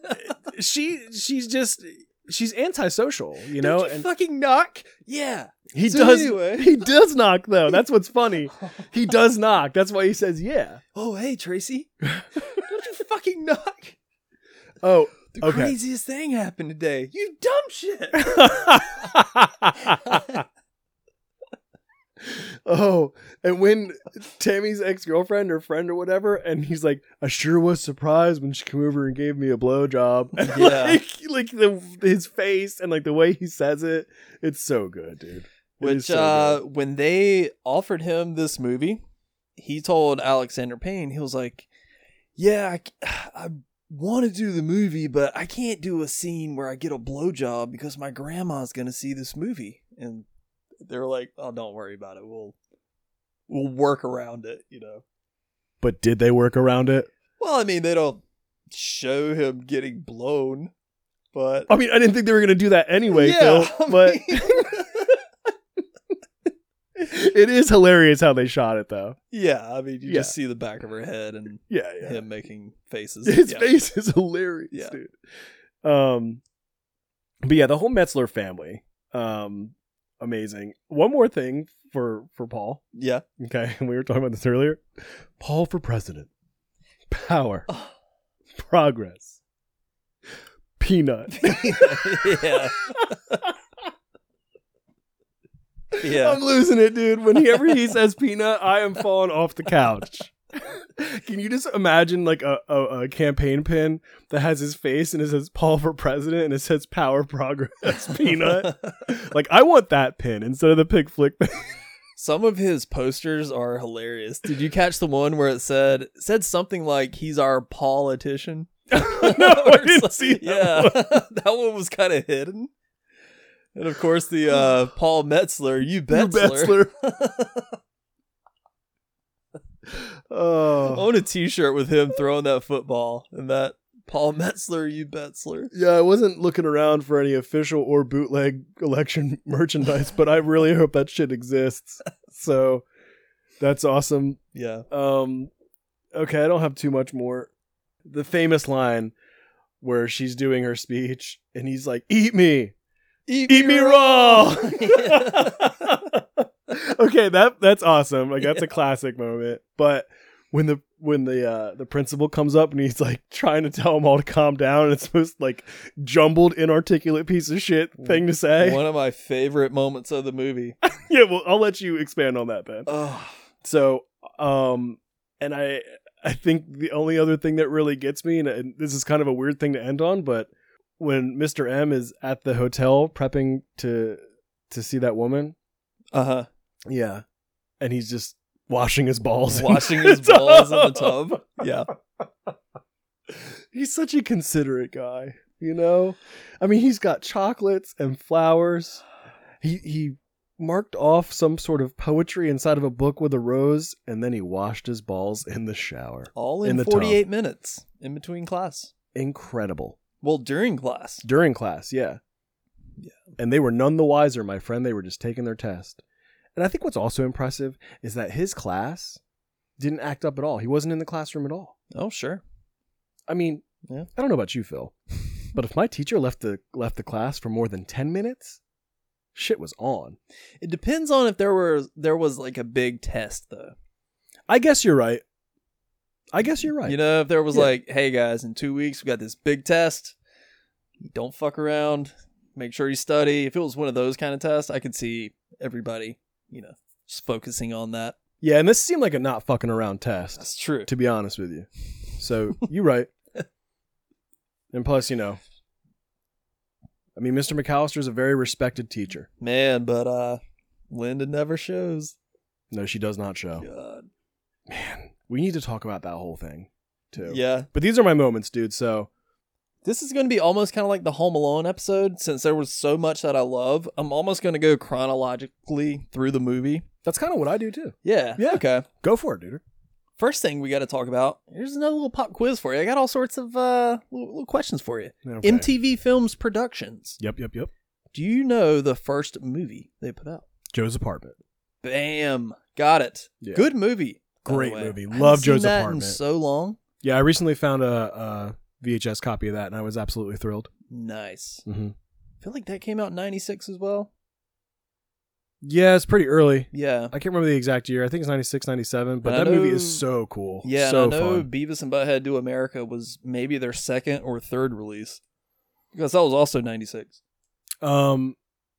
[SPEAKER 2] she she's just she's antisocial, you know.
[SPEAKER 3] Don't you
[SPEAKER 2] and
[SPEAKER 3] fucking knock? Yeah.
[SPEAKER 2] he
[SPEAKER 3] so
[SPEAKER 2] does
[SPEAKER 3] anyway.
[SPEAKER 2] he does knock though. That's what's funny. He does knock. That's why he says yeah.
[SPEAKER 3] Oh, hey, Tracy. Don't you fucking knock?
[SPEAKER 2] Oh,
[SPEAKER 3] The
[SPEAKER 2] Okay.
[SPEAKER 3] craziest thing happened today. You dumb shit.
[SPEAKER 2] oh, and when Tammy's ex girlfriend or friend or whatever, and he's like, I sure was surprised when she came over and gave me a blowjob. And
[SPEAKER 3] Yeah.
[SPEAKER 2] like, like the his face and like the way he says it, it's so good, dude. It is
[SPEAKER 3] Which
[SPEAKER 2] so
[SPEAKER 3] uh,
[SPEAKER 2] good.
[SPEAKER 3] when they offered him this movie, he told Alexander Payne, he was like, "Yeah, I, want to do the movie, but I can't do a scene where I get a blowjob because my grandma's gonna see this movie." And they're like, "Oh, don't worry about it. We'll we'll work around it." You know.
[SPEAKER 2] but did they work around it?
[SPEAKER 3] Well, I mean, they don't show him getting blown, but
[SPEAKER 2] I mean, I didn't think they were gonna do that anyway,
[SPEAKER 3] Yeah,
[SPEAKER 2] Phil.
[SPEAKER 3] I
[SPEAKER 2] But
[SPEAKER 3] mean-
[SPEAKER 2] it is hilarious how they shot it, though.
[SPEAKER 3] yeah, I mean, you
[SPEAKER 2] Yeah.
[SPEAKER 3] just see the back of her head and
[SPEAKER 2] Yeah, yeah.
[SPEAKER 3] him making faces.
[SPEAKER 2] His
[SPEAKER 3] Yeah.
[SPEAKER 2] face is hilarious,
[SPEAKER 3] Yeah.
[SPEAKER 2] dude. Um, but yeah, the whole Metzler family, um, amazing. One more thing for for Paul.
[SPEAKER 3] Yeah.
[SPEAKER 2] Okay, we were talking about this earlier. Paul for president, power, progress, peanut.
[SPEAKER 3] yeah. yeah.
[SPEAKER 2] I'm losing it, dude. Whenever he says peanut, I am falling off the couch. Can you just imagine like a, a, a campaign pin that has his face and it says Paul for president and it says power progress peanut? like I want that pin instead of the pig flick pin.
[SPEAKER 3] Some of his posters are hilarious. Did you catch the one where it said it said something like he's our politician?
[SPEAKER 2] no, I
[SPEAKER 3] Or
[SPEAKER 2] didn't
[SPEAKER 3] some-
[SPEAKER 2] see that.
[SPEAKER 3] yeah,
[SPEAKER 2] one.
[SPEAKER 3] that one was kind of hidden. And of course, the uh, Paul Metzler, you
[SPEAKER 2] You Betzler.
[SPEAKER 3] Betzler,
[SPEAKER 2] oh.
[SPEAKER 3] own a T-shirt with him throwing that football and that Paul Metzler, you Betzler.
[SPEAKER 2] Yeah, I wasn't looking around for any official or bootleg election merchandise, but I really hope that shit exists. So that's awesome.
[SPEAKER 3] Yeah,
[SPEAKER 2] Um okay, I don't have too much more. The famous line where she's doing her speech and he's like, "Eat me. Eat, me raw." okay, that that's awesome. Like that's a
[SPEAKER 3] Yeah.
[SPEAKER 2] classic moment. But when the when the uh, the principal comes up and he's like trying to tell them all to calm down, and it's most like jumbled, inarticulate piece of shit thing to say.
[SPEAKER 3] One of my favorite moments of the movie.
[SPEAKER 2] Yeah, well, I'll let you expand on that then.
[SPEAKER 3] Oh,
[SPEAKER 2] So, um, and I I think the only other thing that really gets me, and, and this is kind of a weird thing to end on, but when Mr. M is at the hotel prepping to to see that woman,
[SPEAKER 3] Uh huh.
[SPEAKER 2] yeah, and he's just washing his balls, in
[SPEAKER 3] Washing
[SPEAKER 2] the
[SPEAKER 3] his balls in the
[SPEAKER 2] tub.
[SPEAKER 3] tub. Yeah.
[SPEAKER 2] He's such a considerate guy, you know. I mean, he's got chocolates and flowers. He he marked off some sort of poetry inside of a book with a rose, and then he washed his balls in the shower.
[SPEAKER 3] All in,
[SPEAKER 2] In the tub.
[SPEAKER 3] 48 minutes in between class.
[SPEAKER 2] Incredible.
[SPEAKER 3] Well, during class.
[SPEAKER 2] during class yeah
[SPEAKER 3] Yeah.
[SPEAKER 2] and they were none the wiser my friend they were just taking their test and i think what's also impressive is that his class didn't act up at all he wasn't in the classroom at all
[SPEAKER 3] Oh, sure.
[SPEAKER 2] i mean
[SPEAKER 3] Yeah.
[SPEAKER 2] i don't know about you phil but if my teacher left the left the class for more than 10 minutes shit was on
[SPEAKER 3] It depends on if there were there was like a big test though.
[SPEAKER 2] i guess you're right i guess you're right
[SPEAKER 3] You know, if there was
[SPEAKER 2] Yeah.
[SPEAKER 3] like, hey guys, in two weeks we got this big test. Don't fuck around. Make sure you study. If it was one of those kind of tests, I could see everybody, you know, just focusing on that.
[SPEAKER 2] yeah and this seemed like a not fucking around test
[SPEAKER 3] That's true.
[SPEAKER 2] to be honest with you. So you're right. And plus, you know, I mean, Mr. McAllister's a very respected teacher.
[SPEAKER 3] Man, but uh Linda never shows.
[SPEAKER 2] No, she does not show.
[SPEAKER 3] God.
[SPEAKER 2] Man, we need to talk about that whole thing too.
[SPEAKER 3] Yeah.
[SPEAKER 2] But these are my moments, dude. So
[SPEAKER 3] This is going to be almost kind of like the Home Alone episode since there was so much that I love. I'm almost going to go chronologically through the movie.
[SPEAKER 2] that's kind of what I do too.
[SPEAKER 3] Yeah.
[SPEAKER 2] Yeah.
[SPEAKER 3] Okay.
[SPEAKER 2] Go for it, dude.
[SPEAKER 3] First thing we got to talk about. Here's another little pop quiz for you. I got all sorts of uh, little, little questions for you.
[SPEAKER 2] Okay.
[SPEAKER 3] MTV Films Productions.
[SPEAKER 2] Yep, yep, yep.
[SPEAKER 3] Do you know the first movie they put out?
[SPEAKER 2] Joe's apartment.
[SPEAKER 3] Bam. Got it.
[SPEAKER 2] Yeah.
[SPEAKER 3] Good movie. by the
[SPEAKER 2] Great
[SPEAKER 3] way.
[SPEAKER 2] movie.
[SPEAKER 3] I haven't
[SPEAKER 2] Love
[SPEAKER 3] seen
[SPEAKER 2] Joe's
[SPEAKER 3] that
[SPEAKER 2] Apartment.
[SPEAKER 3] In so long.
[SPEAKER 2] Yeah, I recently found a, a VHS copy of that, and I was absolutely thrilled.
[SPEAKER 3] Nice.
[SPEAKER 2] Mm-hmm.
[SPEAKER 3] I feel like that came out in 96 as well.
[SPEAKER 2] Yeah, it's pretty early.
[SPEAKER 3] Yeah.
[SPEAKER 2] I can't remember the exact year. I think it's 96, 97, but
[SPEAKER 3] And I
[SPEAKER 2] that movie
[SPEAKER 3] know-
[SPEAKER 2] is so cool.
[SPEAKER 3] Yeah,
[SPEAKER 2] Oh, so
[SPEAKER 3] and I know
[SPEAKER 2] fun.
[SPEAKER 3] Beavis and Butthead Do America was maybe their second or third release. Because that was also 96.
[SPEAKER 2] Um,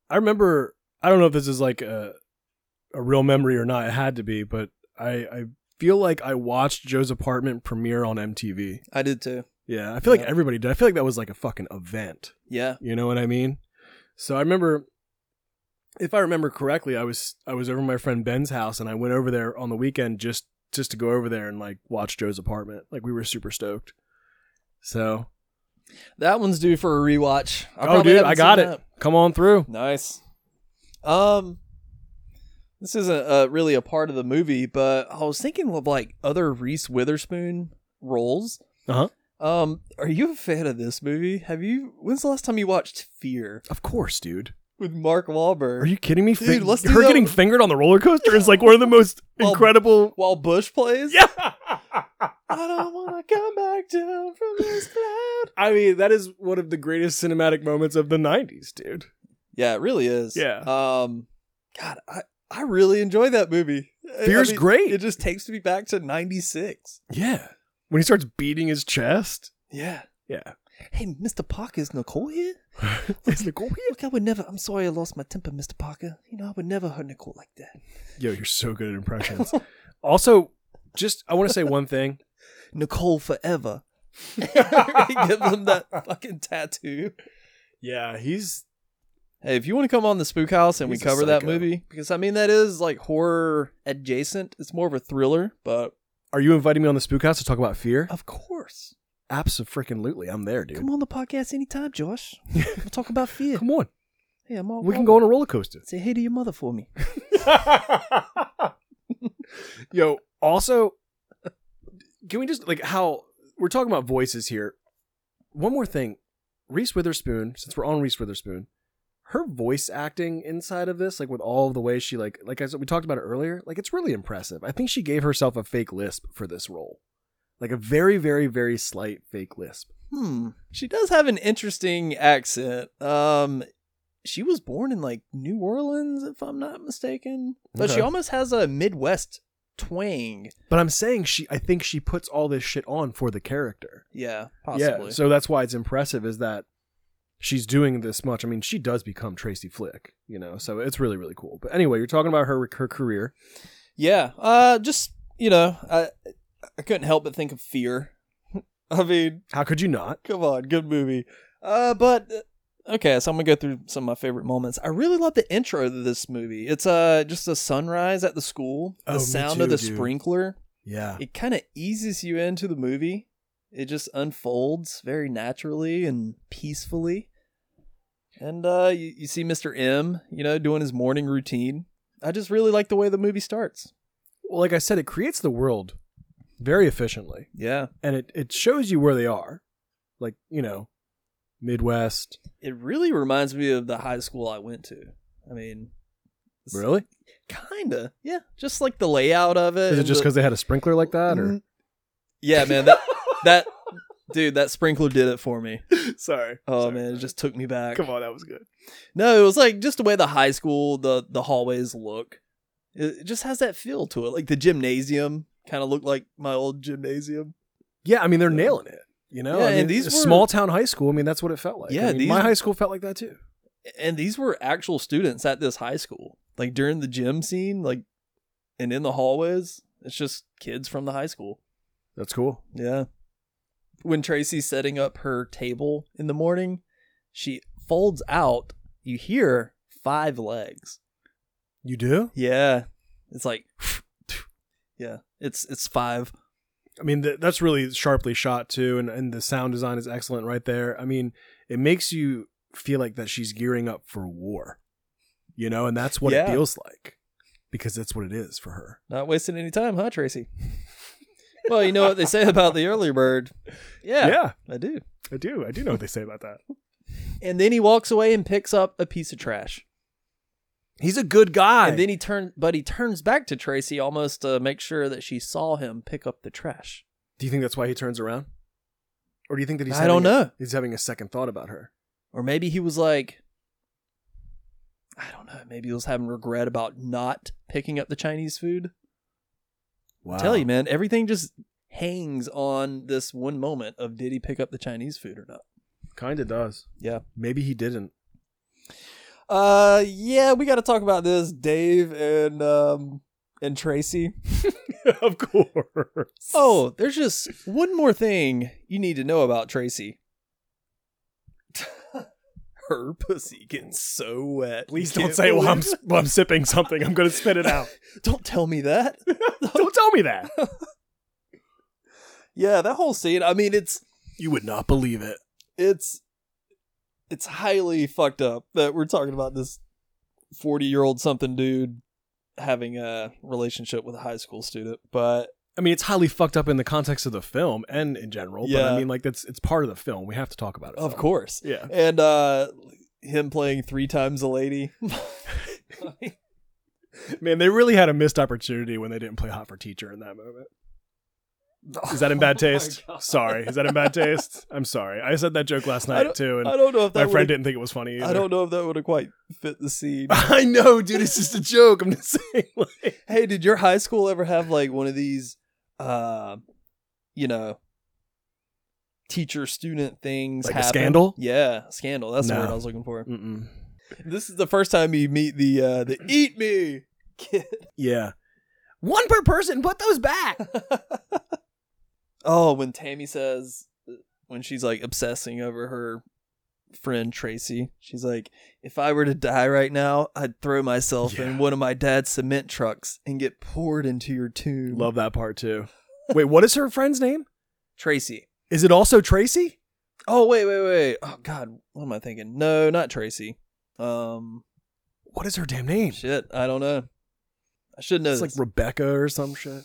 [SPEAKER 2] I remember. I don't know if this is like a a real memory or not. It had to be, but I I feel like I watched Joe's apartment premiere on MTV.
[SPEAKER 3] I did too.
[SPEAKER 2] Yeah, I feel like
[SPEAKER 3] Yeah.
[SPEAKER 2] everybody did. I feel like that was like a fucking event.
[SPEAKER 3] Yeah.
[SPEAKER 2] You know what I mean? So I remember. If I remember correctly, I was I was over at my friend Ben's house, and I went over there on the weekend just just to go over there and like watch Joe's apartment. Like we were super stoked. So
[SPEAKER 3] That one's due for a rewatch. I
[SPEAKER 2] oh,
[SPEAKER 3] probably
[SPEAKER 2] dude,
[SPEAKER 3] haven't
[SPEAKER 2] I got
[SPEAKER 3] seen
[SPEAKER 2] it.
[SPEAKER 3] that.
[SPEAKER 2] Come on through.
[SPEAKER 3] Nice. Um, this isn't uh, really a part of the movie, but I was thinking of like other Reese Witherspoon roles.
[SPEAKER 2] Uh-huh.
[SPEAKER 3] Um, are you a fan of this movie? Have you? When's the last time you watched Fear
[SPEAKER 2] Of course, dude.
[SPEAKER 3] with Mark Wahlberg?
[SPEAKER 2] Are you kidding me?
[SPEAKER 3] Dude,
[SPEAKER 2] Fin-
[SPEAKER 3] let's do
[SPEAKER 2] her
[SPEAKER 3] that-
[SPEAKER 2] getting fingered on the roller coaster is like one of the most
[SPEAKER 3] Well-
[SPEAKER 2] incredible.
[SPEAKER 3] While Bush plays,
[SPEAKER 2] Yeah.
[SPEAKER 3] I don't want to come back down from this cloud.
[SPEAKER 2] I mean, that is one of the greatest cinematic moments of the '90s, dude.
[SPEAKER 3] Yeah, it really is.
[SPEAKER 2] Yeah.
[SPEAKER 3] Um, God, I I really enjoy that movie. I- I
[SPEAKER 2] Fear's
[SPEAKER 3] mean,
[SPEAKER 2] great.
[SPEAKER 3] It just takes me back to '96.
[SPEAKER 2] Yeah. When he starts beating his chest.
[SPEAKER 3] Yeah.
[SPEAKER 2] Yeah.
[SPEAKER 3] Hey, Mr. Parker, is Nicole here?
[SPEAKER 2] Is Nicole here?
[SPEAKER 3] Look, I would never. I'm sorry I lost my temper, Mr. Parker. You know, I would never hurt Nicole like that.
[SPEAKER 2] Yo, you're so good at impressions. also, just I want to say one thing.
[SPEAKER 3] Nicole forever. Give him that fucking tattoo.
[SPEAKER 2] Yeah, he's
[SPEAKER 3] Hey, if you want to come on the Spook House and
[SPEAKER 2] He's a
[SPEAKER 3] we cover that
[SPEAKER 2] psycho.
[SPEAKER 3] movie, because I mean, that is like horror adjacent. It's more of a thriller, but
[SPEAKER 2] Are you inviting me on the Spook House to talk about fear?
[SPEAKER 3] of course.
[SPEAKER 2] Absolutely, I'm there, dude.
[SPEAKER 3] Oh. Come on the podcast anytime, Josh. We'll talk about fear.
[SPEAKER 2] Come on.
[SPEAKER 3] Hey, I'm all
[SPEAKER 2] We can
[SPEAKER 3] wrong.
[SPEAKER 2] go on a roller coaster.
[SPEAKER 3] Say hey to your mother for me.
[SPEAKER 2] Yo, also, can we just like how we're talking about voices here? One more thing, Reese Witherspoon. Since we're on Reese Witherspoon, her voice acting inside of this, like with all of the ways she like, like I said, we talked about it earlier. Like it's really impressive. I think she gave herself a fake lisp for this role, like a very, very, very slight fake lisp.
[SPEAKER 3] Hmm. She does have an interesting accent. Um she was born in like New Orleans, if I'm not mistaken. But she
[SPEAKER 2] Okay.
[SPEAKER 3] almost has a Midwest twang.
[SPEAKER 2] But I'm saying she, I think she puts all this shit on for the character.
[SPEAKER 3] Yeah, possibly.
[SPEAKER 2] Yeah, so that's why it's impressive is that she's doing this much. I mean, she does become Tracy Flick, you know. So it's really really cool. But anyway, you're talking about her her career.
[SPEAKER 3] Yeah, Uh just you know, I I couldn't help but think of Fear. I mean,
[SPEAKER 2] How could you not?
[SPEAKER 3] come on, good movie. Uh, but uh, okay, so I'm gonna go through some of my favorite moments. I really love the intro to this movie. It's uh just a sunrise at the school, the
[SPEAKER 2] Oh, me
[SPEAKER 3] sound
[SPEAKER 2] too,
[SPEAKER 3] of the
[SPEAKER 2] dude.
[SPEAKER 3] sprinkler.
[SPEAKER 2] Yeah.
[SPEAKER 3] It kind of eases you into the movie. It just unfolds very naturally and peacefully. And uh, you, you see Mr. M, you know, doing his morning routine. I just really like the way the movie starts.
[SPEAKER 2] Well, like I said, it creates the world very efficiently.
[SPEAKER 3] Yeah.
[SPEAKER 2] And it, it shows you where they are. Like, you know, Midwest.
[SPEAKER 3] It really reminds me of the high school I went to. I mean, it's
[SPEAKER 2] Really?
[SPEAKER 3] Kinda. Yeah. Just like the layout of
[SPEAKER 2] Is
[SPEAKER 3] it.
[SPEAKER 2] it
[SPEAKER 3] and
[SPEAKER 2] just
[SPEAKER 3] the-
[SPEAKER 2] because they had a sprinkler like that? Or
[SPEAKER 3] Yeah, man. That, that, dude, that sprinkler did it for me.
[SPEAKER 2] sorry.
[SPEAKER 3] Oh, man. It just took me back.
[SPEAKER 2] on, that was good.
[SPEAKER 3] No, it was like just the way the high school, the the hallways look. It, it just has that feel to it. Like the gymnasium kind of looked like my old gymnasium.
[SPEAKER 2] Yeah, I mean they're nailing it. You know,
[SPEAKER 3] Yeah,
[SPEAKER 2] I mean,
[SPEAKER 3] and these were-
[SPEAKER 2] small town high school. I mean, that's what it felt like. I
[SPEAKER 3] Yeah,
[SPEAKER 2] mean,
[SPEAKER 3] these-
[SPEAKER 2] my high school felt like that too.
[SPEAKER 3] And these were actual students at this high school. Like during the gym scene, like and in the hallways, it's just kids from the high school.
[SPEAKER 2] That's cool.
[SPEAKER 3] Yeah. When Tracy's setting up her table in the morning, she folds out, you hear five legs.
[SPEAKER 2] You do?
[SPEAKER 3] Yeah. It's like Yeah. It's it's five.
[SPEAKER 2] I mean, th- that's really sharply shot too, and and the sound design is excellent right there. I mean, it makes you feel like that she's gearing up for war, you know, and that's what it
[SPEAKER 3] Yeah.
[SPEAKER 2] feels like because that's what it is for her.
[SPEAKER 3] Not wasting any time, huh, Tracy? well, you know what they say about the early bird. Yeah, I do.
[SPEAKER 2] I do. I do know what they say about that.
[SPEAKER 3] And then he walks away and picks up a piece of trash.
[SPEAKER 2] He's a good guy.
[SPEAKER 3] And then he turns, but he turns back to Tracy almost to make sure that she saw him pick up the trash.
[SPEAKER 2] do you think that's why he turns around, or do you think that he's?
[SPEAKER 3] I don't
[SPEAKER 2] having a-
[SPEAKER 3] know.
[SPEAKER 2] he's having a second thought about her.
[SPEAKER 3] Or maybe he was like, I don't know. Maybe he was having regret about not picking up the Chinese food.
[SPEAKER 2] Wow.
[SPEAKER 3] Tell you, man, everything just hangs on this one moment of did he pick up the Chinese food or not?
[SPEAKER 2] kind of does.
[SPEAKER 3] Yeah.
[SPEAKER 2] Maybe he didn't.
[SPEAKER 3] Uh, yeah, we got to talk about this, Dave and um and Tracy.
[SPEAKER 2] of course.
[SPEAKER 3] Oh, there's just one more thing you need to know about Tracy. Her pussy gets so wet.
[SPEAKER 2] Please
[SPEAKER 3] You
[SPEAKER 2] don't
[SPEAKER 3] can't
[SPEAKER 2] say while I'm
[SPEAKER 3] believe-
[SPEAKER 2] while I'm sipping something. I'm going to spit it out.
[SPEAKER 3] Don't tell me that.
[SPEAKER 2] don't tell me that.
[SPEAKER 3] yeah, that whole scene. I mean, it's
[SPEAKER 2] You would not believe it.
[SPEAKER 3] it's it's highly fucked up that we're talking about this 40 year old something dude having a relationship with a high school student, but
[SPEAKER 2] I mean, it's highly fucked up in the context of the film and in general. But I
[SPEAKER 3] Yeah.
[SPEAKER 2] mean, like that's it's part of the film. We have to talk about it.
[SPEAKER 3] of
[SPEAKER 2] though.
[SPEAKER 3] course.
[SPEAKER 2] Yeah.
[SPEAKER 3] and uh him playing three times a lady
[SPEAKER 2] Man, they really had a missed opportunity when they didn't play Hot for Teacher in that moment. Is
[SPEAKER 3] Oh
[SPEAKER 2] that in bad taste? sorry. Is that in bad taste? I'm sorry. I said that joke last
[SPEAKER 3] I
[SPEAKER 2] night
[SPEAKER 3] don't-
[SPEAKER 2] too, and
[SPEAKER 3] i don't know if that
[SPEAKER 2] my friend
[SPEAKER 3] would've-
[SPEAKER 2] didn't think it was funny. Either.
[SPEAKER 3] i don't know if that would have quite fit the scene
[SPEAKER 2] I know, dude. It's just a joke. I'm just saying. Like,
[SPEAKER 3] hey did your high school ever have like one of these uh you know teacher student things
[SPEAKER 2] Like a
[SPEAKER 3] happen?
[SPEAKER 2] scandal?
[SPEAKER 3] yeah scandal that's the
[SPEAKER 2] No. Mm.
[SPEAKER 3] word i was looking for
[SPEAKER 2] Mm-mm.
[SPEAKER 3] this is the first time you meet the uh the eat me kid
[SPEAKER 2] Yeah. One per person. Put those back.
[SPEAKER 3] oh, when Tammy says uh, when she's like obsessing over her friend Tracy, she's like, "If I were to die right now, I'd throw myself
[SPEAKER 2] Yeah.
[SPEAKER 3] in one of my dad's cement trucks and get poured into your tomb."
[SPEAKER 2] Love that part too. Wait, what is her friend's name?
[SPEAKER 3] Tracy.
[SPEAKER 2] Is it also Tracy?
[SPEAKER 3] Oh wait, wait, wait. Oh God, what am I thinking? No, not Tracy. Um,
[SPEAKER 2] What is her damn name?
[SPEAKER 3] shit, I don't know. I should know.
[SPEAKER 2] It's like
[SPEAKER 3] this.
[SPEAKER 2] Rebecca or some shit.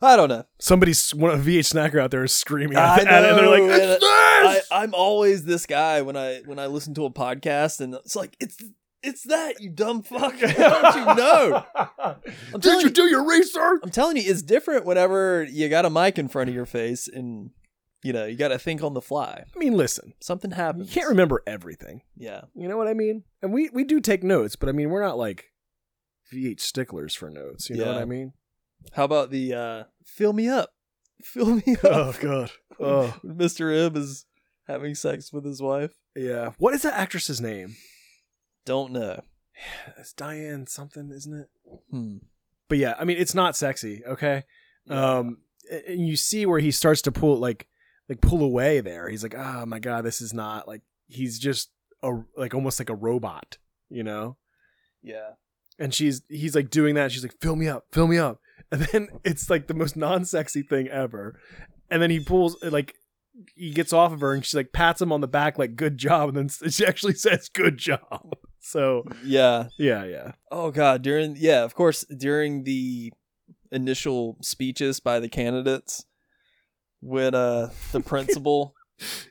[SPEAKER 3] I don't know.
[SPEAKER 2] Somebody's one of VH Snacker out there is screaming
[SPEAKER 3] I
[SPEAKER 2] at, at it, and they're
[SPEAKER 3] know,
[SPEAKER 2] like,
[SPEAKER 3] and
[SPEAKER 2] "It's
[SPEAKER 3] I,
[SPEAKER 2] this!"
[SPEAKER 3] I'm always this guy when I when I listen to a podcast and it's like it's it's that you dumb fuck. How don't you know? I'm
[SPEAKER 2] Did
[SPEAKER 3] telling
[SPEAKER 2] you
[SPEAKER 3] you,
[SPEAKER 2] do your research?
[SPEAKER 3] I'm telling you, it's different whenever you got a mic in front of your face and you know you got to think on the fly.
[SPEAKER 2] I mean, listen,
[SPEAKER 3] Something
[SPEAKER 2] you
[SPEAKER 3] happens.
[SPEAKER 2] can't remember everything.
[SPEAKER 3] Yeah,
[SPEAKER 2] You know what I mean? And we we do take notes, but I mean, we're not like VH sticklers for notes. You know
[SPEAKER 3] Yeah.
[SPEAKER 2] what I mean?
[SPEAKER 3] how about the uh fill me up, fill me
[SPEAKER 2] Oh,
[SPEAKER 3] up?
[SPEAKER 2] god. Oh,
[SPEAKER 3] When Mr. M is having sex with his wife.
[SPEAKER 2] yeah. What is that actress's name?
[SPEAKER 3] Don't know.
[SPEAKER 2] It's Diane something, isn't it?
[SPEAKER 3] Hmm. Uh,
[SPEAKER 2] But yeah, I mean, it's not sexy, okay? Um, and you see where he starts to pull like like pull away there. He's like, oh my god, this is not like he's just a like almost like a robot, you know.
[SPEAKER 3] Yeah.
[SPEAKER 2] And she's he's like doing that. She's like, fill me up, fill me up. And then it's like the most non sexy thing ever. And then he pulls like he gets off of her and she's like pats him on the back like good job and then s- she actually says good job so
[SPEAKER 3] Yeah.
[SPEAKER 2] yeah yeah
[SPEAKER 3] Oh god, during yeah, of course, during the initial speeches by the candidates when uh the principal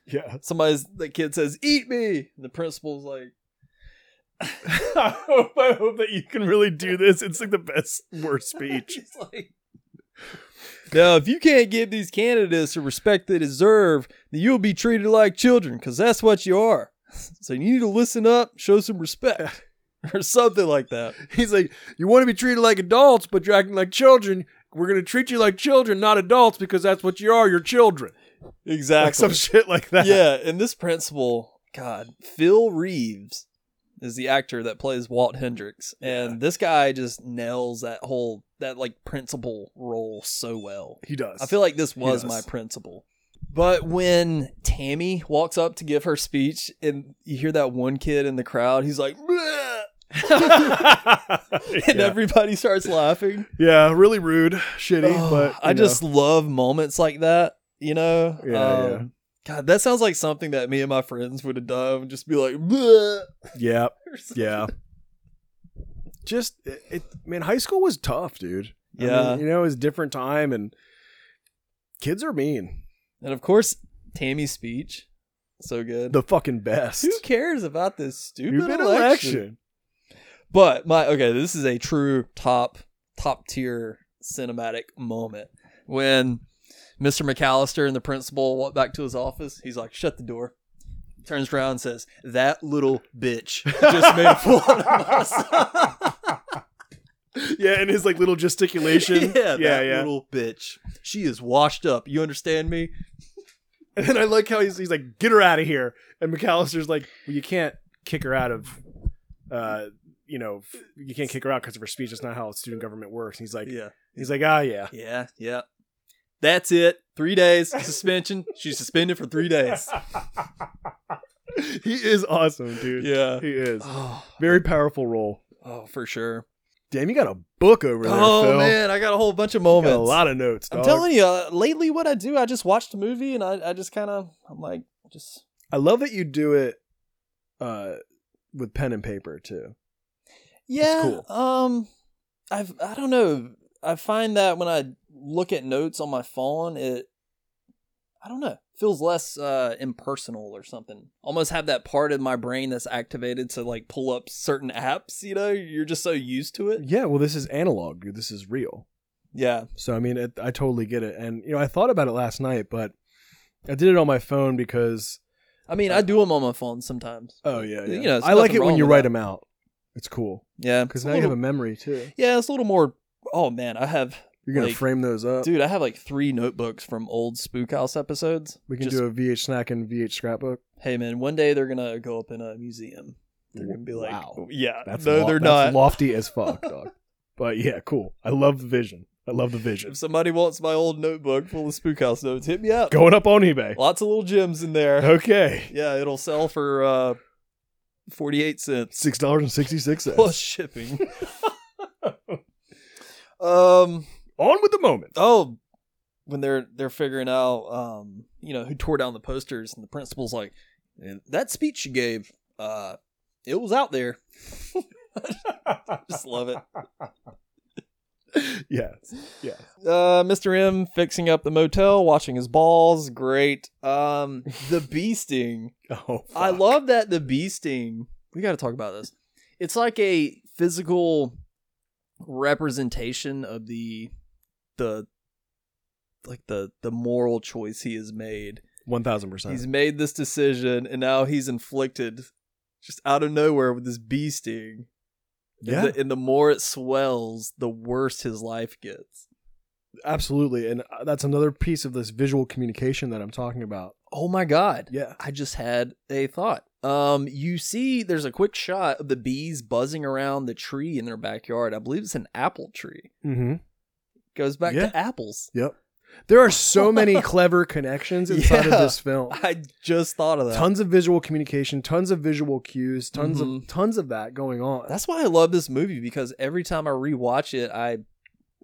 [SPEAKER 2] yeah
[SPEAKER 3] somebody's the kid says, Eat me and the principal's like
[SPEAKER 2] I, hope, I hope that you can really do this it's like the best worst speech
[SPEAKER 3] He's like Now if you can't give these candidates the respect they deserve, then you'll be treated like children, because that's what you are. So you need to listen up, show some respect. Or something like that.
[SPEAKER 2] he's like you want to be treated like adults but you're acting like children we're gonna treat you like children not adults because that's what you are you're children
[SPEAKER 3] Exactly.
[SPEAKER 2] like some shit like that
[SPEAKER 3] yeah, and this principal, God, Phil Reeves is the actor that plays Walt Hendricks, and this guy just nails that whole that like principal role so well.
[SPEAKER 2] he does
[SPEAKER 3] I feel like this was
[SPEAKER 2] does.
[SPEAKER 3] my principal. But when Tammy walks up to give her speech, and you hear that one kid in the crowd, he's like, "Bleh,"
[SPEAKER 2] yeah.
[SPEAKER 3] and everybody starts laughing.
[SPEAKER 2] yeah really rude shitty
[SPEAKER 3] Oh,
[SPEAKER 2] but you
[SPEAKER 3] I
[SPEAKER 2] know.
[SPEAKER 3] just love moments like that. You know,
[SPEAKER 2] Yeah,
[SPEAKER 3] Um, God, that sounds like something that me and my friends would have done. Just be like, "Bleh."
[SPEAKER 2] yeah
[SPEAKER 3] or something.
[SPEAKER 2] Yeah. Just it, it man, high school was tough, dude. I mean,
[SPEAKER 3] Yeah.
[SPEAKER 2] you know, it was a different time and kids are mean.
[SPEAKER 3] and of course Tammy's speech, so good.
[SPEAKER 2] The fucking best.
[SPEAKER 3] Who cares about this stupid,
[SPEAKER 2] Stupid
[SPEAKER 3] election? But my okay, this is a true top top tier cinematic moment when Mr. McAllister and the principal walk back to his office. He's like, "Shut the door." Turns around and says, "That little bitch just made a fool out of us."
[SPEAKER 2] Yeah, and his like little gesticulation. yeah,
[SPEAKER 3] yeah, that
[SPEAKER 2] yeah.
[SPEAKER 3] little bitch. She is washed up. You understand me?
[SPEAKER 2] And then I like how he's, he's like, get her out of here. And McAllister's like, well, you can't kick her out of uh you know, f- you can't kick her out because of her speech. That's not how student government works. And he's like,
[SPEAKER 3] yeah,
[SPEAKER 2] he's like, ah, yeah,
[SPEAKER 3] yeah, yeah. That's it. Three days suspension. She's suspended for three days.
[SPEAKER 2] he is awesome, dude.
[SPEAKER 3] Yeah.
[SPEAKER 2] he is
[SPEAKER 3] Oh,
[SPEAKER 2] very powerful role.
[SPEAKER 3] oh, for sure.
[SPEAKER 2] Damn, you got a book over there,
[SPEAKER 3] Oh
[SPEAKER 2] Phil.
[SPEAKER 3] man, I got a whole bunch of
[SPEAKER 2] You got
[SPEAKER 3] moments.
[SPEAKER 2] a lot of notes.
[SPEAKER 3] I'm
[SPEAKER 2] dog.
[SPEAKER 3] telling you, uh, lately what I do, I just watched a movie and I, I just kind of, I'm like, just
[SPEAKER 2] I love that you do it uh, with pen and paper too.
[SPEAKER 3] yeah.
[SPEAKER 2] cool.
[SPEAKER 3] Um, I've I don't know. I find that when I look at notes on my phone, it I don't know feels less uh, impersonal or something. Almost have that part of my brain that's activated to like pull up certain apps. You know, you're just so used to it.
[SPEAKER 2] Yeah, well, this is analog, dude. This is real.
[SPEAKER 3] Yeah.
[SPEAKER 2] So I mean, it, I totally get it. And you know, I thought about it last night, but I did it on my phone because
[SPEAKER 3] I mean, I do them on my phone sometimes.
[SPEAKER 2] oh yeah, yeah.
[SPEAKER 3] You know, there's
[SPEAKER 2] I like
[SPEAKER 3] nothing
[SPEAKER 2] it when
[SPEAKER 3] wrong
[SPEAKER 2] you
[SPEAKER 3] with
[SPEAKER 2] write
[SPEAKER 3] that.
[SPEAKER 2] them out. It's cool
[SPEAKER 3] Yeah,
[SPEAKER 2] because
[SPEAKER 3] It's
[SPEAKER 2] now
[SPEAKER 3] a
[SPEAKER 2] you
[SPEAKER 3] little-
[SPEAKER 2] have a memory too.
[SPEAKER 3] yeah, it's a little more. Oh man, I have
[SPEAKER 2] You're gonna
[SPEAKER 3] like-
[SPEAKER 2] frame those up.
[SPEAKER 3] Dude, I have like three notebooks from old Spook House episodes.
[SPEAKER 2] we can
[SPEAKER 3] Just,
[SPEAKER 2] do a VH snack and VH scrapbook.
[SPEAKER 3] Hey, man, one day they're gonna go up in a museum. They're gonna be like, "Oh,
[SPEAKER 2] Wow.
[SPEAKER 3] yeah,
[SPEAKER 2] That's
[SPEAKER 3] no,
[SPEAKER 2] lo-
[SPEAKER 3] they're
[SPEAKER 2] that's
[SPEAKER 3] not.
[SPEAKER 2] lofty as fuck, dog. But yeah, cool. I love the vision. I love the vision.
[SPEAKER 3] if somebody wants my old notebook full of Spook House notes, hit me up.
[SPEAKER 2] Going up on eBay.
[SPEAKER 3] Lots of little gems in there.
[SPEAKER 2] Okay.
[SPEAKER 3] yeah, it'll sell for uh, forty-eight cents
[SPEAKER 2] Six dollars and sixty six cents.
[SPEAKER 3] plus shipping. um.
[SPEAKER 2] On with the moment.
[SPEAKER 3] Oh, when they're they're figuring out, um, you know, who tore down the posters, and the principal's like, "And that speech you gave, uh, it was out there. Just love it.
[SPEAKER 2] yes. Yes.
[SPEAKER 3] Uh, Mr. M fixing up the motel, watching his balls, great. Um, the bee sting.
[SPEAKER 2] Oh,
[SPEAKER 3] I
[SPEAKER 2] fuck.
[SPEAKER 3] love that the bee sting. We got to talk about this. It's like a physical representation of the the like the the moral choice he has made.
[SPEAKER 2] one thousand percent.
[SPEAKER 3] He's made this decision and now he's inflicted just out of nowhere with this bee sting. And
[SPEAKER 2] Yeah,
[SPEAKER 3] the- and the more it swells, the worse his life gets.
[SPEAKER 2] absolutely. And uh, that's another piece of this visual communication that I'm talking about.
[SPEAKER 3] Oh my god.
[SPEAKER 2] Yeah.
[SPEAKER 3] I just had a thought. Um, you see, there's a quick shot of the bees buzzing around the tree in their backyard. I believe it's an apple tree.
[SPEAKER 2] Mm-hmm.
[SPEAKER 3] goes back
[SPEAKER 2] Yeah.
[SPEAKER 3] to apples.
[SPEAKER 2] Yep. There are so many clever connections inside
[SPEAKER 3] Yeah.
[SPEAKER 2] of this film.
[SPEAKER 3] I just thought of that.
[SPEAKER 2] Tons of visual communication, tons of visual cues, tons
[SPEAKER 3] Mhm.
[SPEAKER 2] of tons of that going on.
[SPEAKER 3] That's why I love this movie because every time I rewatch it, I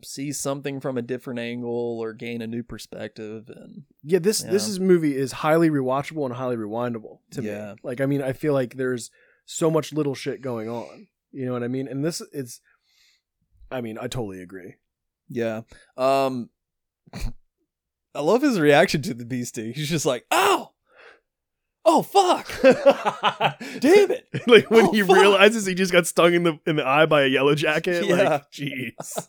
[SPEAKER 3] see something from a different angle or gain a new perspective. And
[SPEAKER 2] yeah, this this
[SPEAKER 3] Yeah.
[SPEAKER 2] is movie is highly rewatchable and highly rewindable to
[SPEAKER 3] Yeah.
[SPEAKER 2] me. Like I mean, I feel like there's so much little shit going on. You know what I mean? And this it's I mean, I totally agree.
[SPEAKER 3] yeah, um, I love his reaction to the beastie. He's just like, "Oh, oh, fuck, damn it."
[SPEAKER 2] like when
[SPEAKER 3] Oh,
[SPEAKER 2] he
[SPEAKER 3] fuck.
[SPEAKER 2] realizes he just got stung in the in the eye by a yellow jacket,
[SPEAKER 3] Yeah.
[SPEAKER 2] like jeez.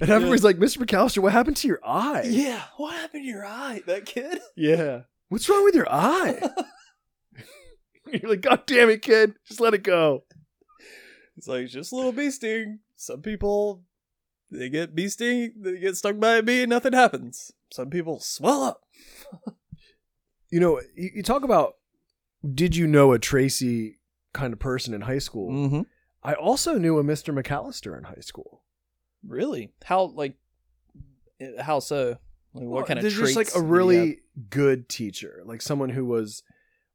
[SPEAKER 2] and everybody's like, Mr. McAllister, what happened to your eye?
[SPEAKER 3] Yeah, what happened to your eye, that kid?
[SPEAKER 2] Yeah. What's wrong with your eye? You're like, God damn it, kid. Just let it go.
[SPEAKER 3] It's like it's just a little bee sting. Some people they get bee sting, they get stung by a bee, and nothing happens. Some people swell up.
[SPEAKER 2] You know, you, you talk about did you know a Tracy kind of person in high school?
[SPEAKER 3] Mm-hmm.
[SPEAKER 2] I also knew a Mr. McAllister in high school.
[SPEAKER 3] Really? How like eh, how so? Like, what kind of
[SPEAKER 2] There's
[SPEAKER 3] traits?
[SPEAKER 2] just like
[SPEAKER 3] did
[SPEAKER 2] a
[SPEAKER 3] he have?
[SPEAKER 2] really good teacher, like someone who was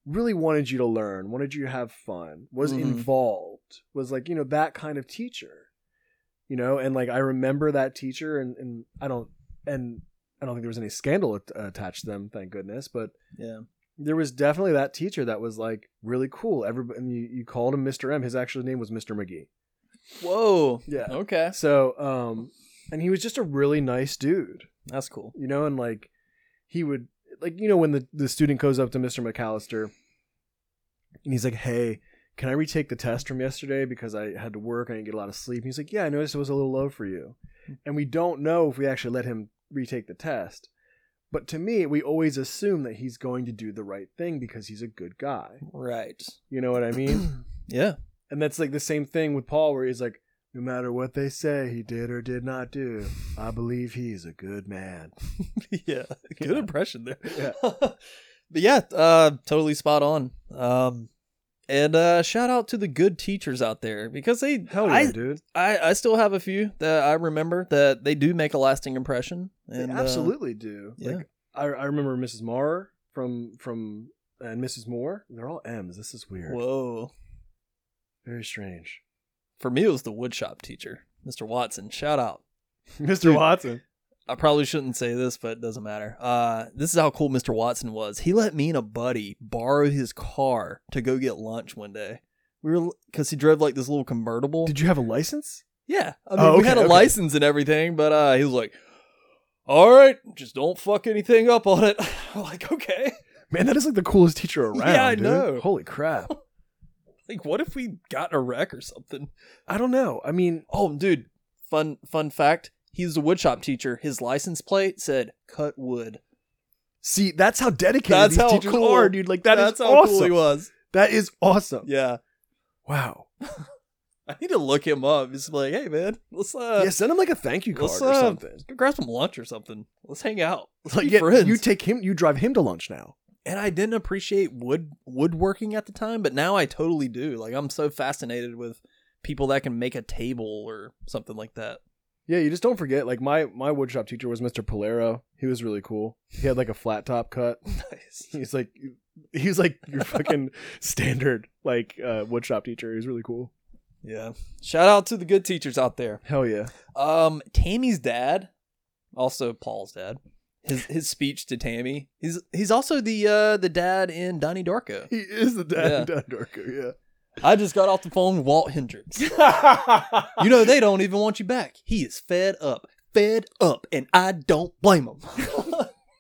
[SPEAKER 2] really wanted you to learn, wanted you to have fun, was
[SPEAKER 3] Mhm.
[SPEAKER 2] involved, was like, you know, that kind of teacher. You know, and like I remember that teacher and, and I don't and I don't think there was any scandal at, attached to them, thank goodness, but
[SPEAKER 3] yeah.
[SPEAKER 2] there was definitely that teacher that was like really cool. Everybody and you, you called him Mr. M. His actual name was Mr. McGee.
[SPEAKER 3] Whoa.
[SPEAKER 2] Yeah.
[SPEAKER 3] Okay.
[SPEAKER 2] So, um and he was just a really nice dude
[SPEAKER 3] That's cool.
[SPEAKER 2] you know, and like he would like you know when the the student goes up to Mr. McAllister and he's like, "Hey, can I retake the test from yesterday because I had to work, I didn't get a lot of sleep." And he's like, "Yeah, I noticed it was a little low for you." And we don't know if we actually let him retake the test. But to me, we always assume that he's going to do the right thing because he's a good guy.
[SPEAKER 3] Right.
[SPEAKER 2] You know what I mean?
[SPEAKER 3] Yeah.
[SPEAKER 2] and that's like the same thing with Paul where he's like, "No matter what they say he did or did not do, I believe he's a good man."
[SPEAKER 3] yeah. Good
[SPEAKER 2] Yeah.
[SPEAKER 3] impression there.
[SPEAKER 2] Yeah.
[SPEAKER 3] but yeah, uh, totally spot on. Um, and uh, shout out to the good teachers out there because they
[SPEAKER 2] Hell yeah,
[SPEAKER 3] I,
[SPEAKER 2] dude.
[SPEAKER 3] I, I still have a few that I remember that they do make a lasting impression. And,
[SPEAKER 2] they
[SPEAKER 3] uh,
[SPEAKER 2] absolutely do.
[SPEAKER 3] yeah.
[SPEAKER 2] Like I, I remember Mrs. Marr from from and Mrs. Moore. They're all M's. This is weird.
[SPEAKER 3] whoa.
[SPEAKER 2] Very strange.
[SPEAKER 3] For me, it was the woodshop teacher, Mr. Watson. Shout out.
[SPEAKER 2] Mr.
[SPEAKER 3] Dude.
[SPEAKER 2] Watson.
[SPEAKER 3] I probably shouldn't say this, but it doesn't matter. Uh, this is how cool Mr. Watson was. He let me and a buddy borrow his car to go get lunch one day. We were because he drove like this little convertible.
[SPEAKER 2] Did you have a license?
[SPEAKER 3] Yeah, I
[SPEAKER 2] Oh,
[SPEAKER 3] mean, we
[SPEAKER 2] okay,
[SPEAKER 3] had a
[SPEAKER 2] okay.
[SPEAKER 3] license and everything, but uh, he was like, "All right, just don't fuck anything up on it." I'm like, okay,
[SPEAKER 2] Man, that is like the coolest teacher around.
[SPEAKER 3] Yeah, I
[SPEAKER 2] dude.
[SPEAKER 3] know.
[SPEAKER 2] Holy crap.
[SPEAKER 3] like what if we got in a wreck or something?
[SPEAKER 2] I don't know. I mean,
[SPEAKER 3] Oh, dude, fun fun fact: he's a woodshop teacher. His license plate said "cut wood."
[SPEAKER 2] see, that's how dedicated
[SPEAKER 3] That's
[SPEAKER 2] these
[SPEAKER 3] how
[SPEAKER 2] teachers
[SPEAKER 3] cool-
[SPEAKER 2] are, dude. Like that is
[SPEAKER 3] That's how cool
[SPEAKER 2] awesome.
[SPEAKER 3] he was.
[SPEAKER 2] that is awesome.
[SPEAKER 3] Yeah,
[SPEAKER 2] Wow.
[SPEAKER 3] I need to look him up. He's like, "Hey, man, let's uh,
[SPEAKER 2] yeah, send him like a thank you card
[SPEAKER 3] let's
[SPEAKER 2] or
[SPEAKER 3] uh,
[SPEAKER 2] something.
[SPEAKER 3] go grab some lunch or something. Let's hang out. Let's
[SPEAKER 2] Like
[SPEAKER 3] be
[SPEAKER 2] yeah,
[SPEAKER 3] friends."
[SPEAKER 2] you take him, you drive him to lunch now.
[SPEAKER 3] and I didn't appreciate wood woodworking at the time, but now I totally do. Like I'm so fascinated with people that can make a table or something like that.
[SPEAKER 2] Yeah, you just don't forget. Like my my woodshop teacher was Mr. Polero. He was really cool. He had like a flat top cut.
[SPEAKER 3] Nice.
[SPEAKER 2] He's like he's like your fucking standard like uh, woodshop teacher. He's really cool.
[SPEAKER 3] Yeah. Shout out to the good teachers out there.
[SPEAKER 2] Hell yeah.
[SPEAKER 3] Um Tammy's dad, also Paul's dad. His his speech to Tammy. He's he's also the uh the dad in Donnie Darko.
[SPEAKER 2] He is the
[SPEAKER 3] dad
[SPEAKER 2] yeah. Darko.
[SPEAKER 3] I just got off the phone with Walt Hendricks.
[SPEAKER 2] Yeah.
[SPEAKER 3] You know they don't even want you back. He is fed up. Fed up and I don't blame him.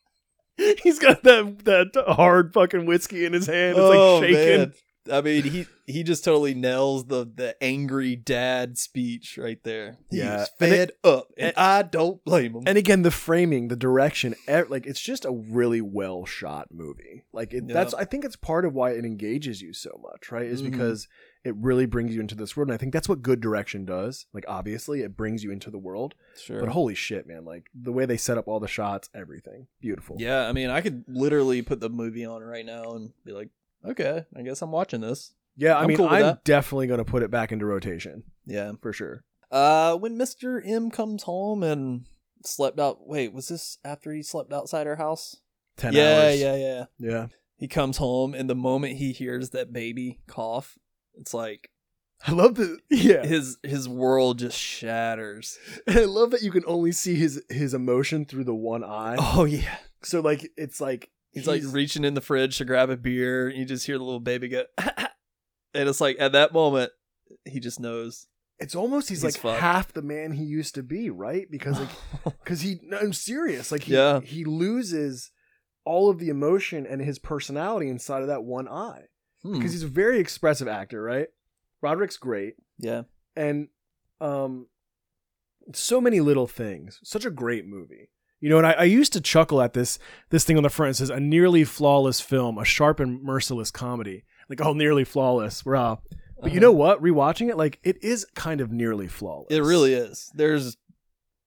[SPEAKER 2] he's got that that hard fucking whiskey in his hand. It's like shaking.
[SPEAKER 3] Oh, man. I mean, he he just totally nails the the angry dad speech right there. He
[SPEAKER 2] Yeah.
[SPEAKER 3] is
[SPEAKER 2] And
[SPEAKER 3] fed up, and I don't blame him.
[SPEAKER 2] And again, the framing, the direction, e- like it's just a really well shot movie. Like it,
[SPEAKER 3] Yeah.
[SPEAKER 2] that's, I think it's part of why it engages you so much, right? Is
[SPEAKER 3] Mhm.
[SPEAKER 2] because it really brings you into this world, and I think that's what good direction does. Like obviously, it brings you into the world,
[SPEAKER 3] sure.
[SPEAKER 2] but holy shit, man! Like the way they set up all the shots, everything, beautiful.
[SPEAKER 3] yeah, I mean, I could literally put the movie on right now and be like, okay, I guess I'm watching this.
[SPEAKER 2] yeah. I
[SPEAKER 3] I'm
[SPEAKER 2] mean,
[SPEAKER 3] cool with
[SPEAKER 2] I'm
[SPEAKER 3] that.
[SPEAKER 2] definitely gonna put it back into rotation
[SPEAKER 3] Yeah.
[SPEAKER 2] for sure.
[SPEAKER 3] Uh, when Mister M comes home and slept out. Wait, was this after he slept outside her house?
[SPEAKER 2] Ten
[SPEAKER 3] yeah,
[SPEAKER 2] hours.
[SPEAKER 3] yeah, yeah.
[SPEAKER 2] yeah.
[SPEAKER 3] He comes home, and the moment he hears that baby cough, it's like
[SPEAKER 2] I love that. Yeah,
[SPEAKER 3] his his world just shatters.
[SPEAKER 2] I love that you can only see his his emotion through the one eye.
[SPEAKER 3] Oh yeah,
[SPEAKER 2] So like, it's like
[SPEAKER 3] he's, like reaching in the fridge to grab a beer, and you just hear the little baby go, and it's like at that moment he just knows.
[SPEAKER 2] it's almost he's,
[SPEAKER 3] he's
[SPEAKER 2] like
[SPEAKER 3] fucked.
[SPEAKER 2] half the man he used to be, right? Because like, because he, no, I'm serious. Like, he,
[SPEAKER 3] Yeah.
[SPEAKER 2] he loses all of the emotion and his personality inside of that one eye.
[SPEAKER 3] Hmm.
[SPEAKER 2] because he's a very expressive actor, right? Roderick's great,
[SPEAKER 3] yeah,
[SPEAKER 2] and um, so many little things. Such a great movie, you know. And I, I used to chuckle at this this thing on the front. It says a nearly flawless film, a sharp and merciless comedy. Like oh, nearly flawless, raw. But you
[SPEAKER 3] Uh-huh.
[SPEAKER 2] know what? Rewatching it, like it is kind of nearly flawless.
[SPEAKER 3] it really is. There's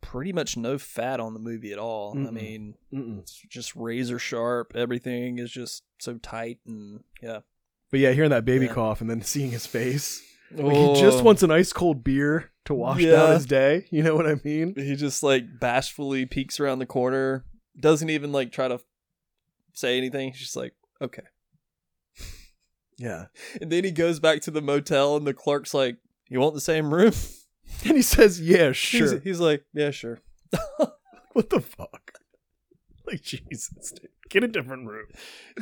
[SPEAKER 3] pretty much no fat on the movie at all. I
[SPEAKER 2] Mm-mm.
[SPEAKER 3] mean,
[SPEAKER 2] Mm-mm.
[SPEAKER 3] it's just razor sharp. Everything is just so tight and yeah.
[SPEAKER 2] But yeah, hearing that baby
[SPEAKER 3] Yeah. Oh.
[SPEAKER 2] cough and then seeing his face, like he just wants an ice cold beer to wash down
[SPEAKER 3] Yeah.
[SPEAKER 2] his day. You know what I mean?
[SPEAKER 3] He just like bashfully peeks around the corner, doesn't even like try to say anything. He's just like, okay.
[SPEAKER 2] Yeah.
[SPEAKER 3] And then he goes back to the motel, and the clerk's like, "You want the same room?"
[SPEAKER 2] And he says, "Yeah, sure."
[SPEAKER 3] He's, he's like, "Yeah, sure."
[SPEAKER 2] What the fuck? Like Jesus, dude. Get a different room.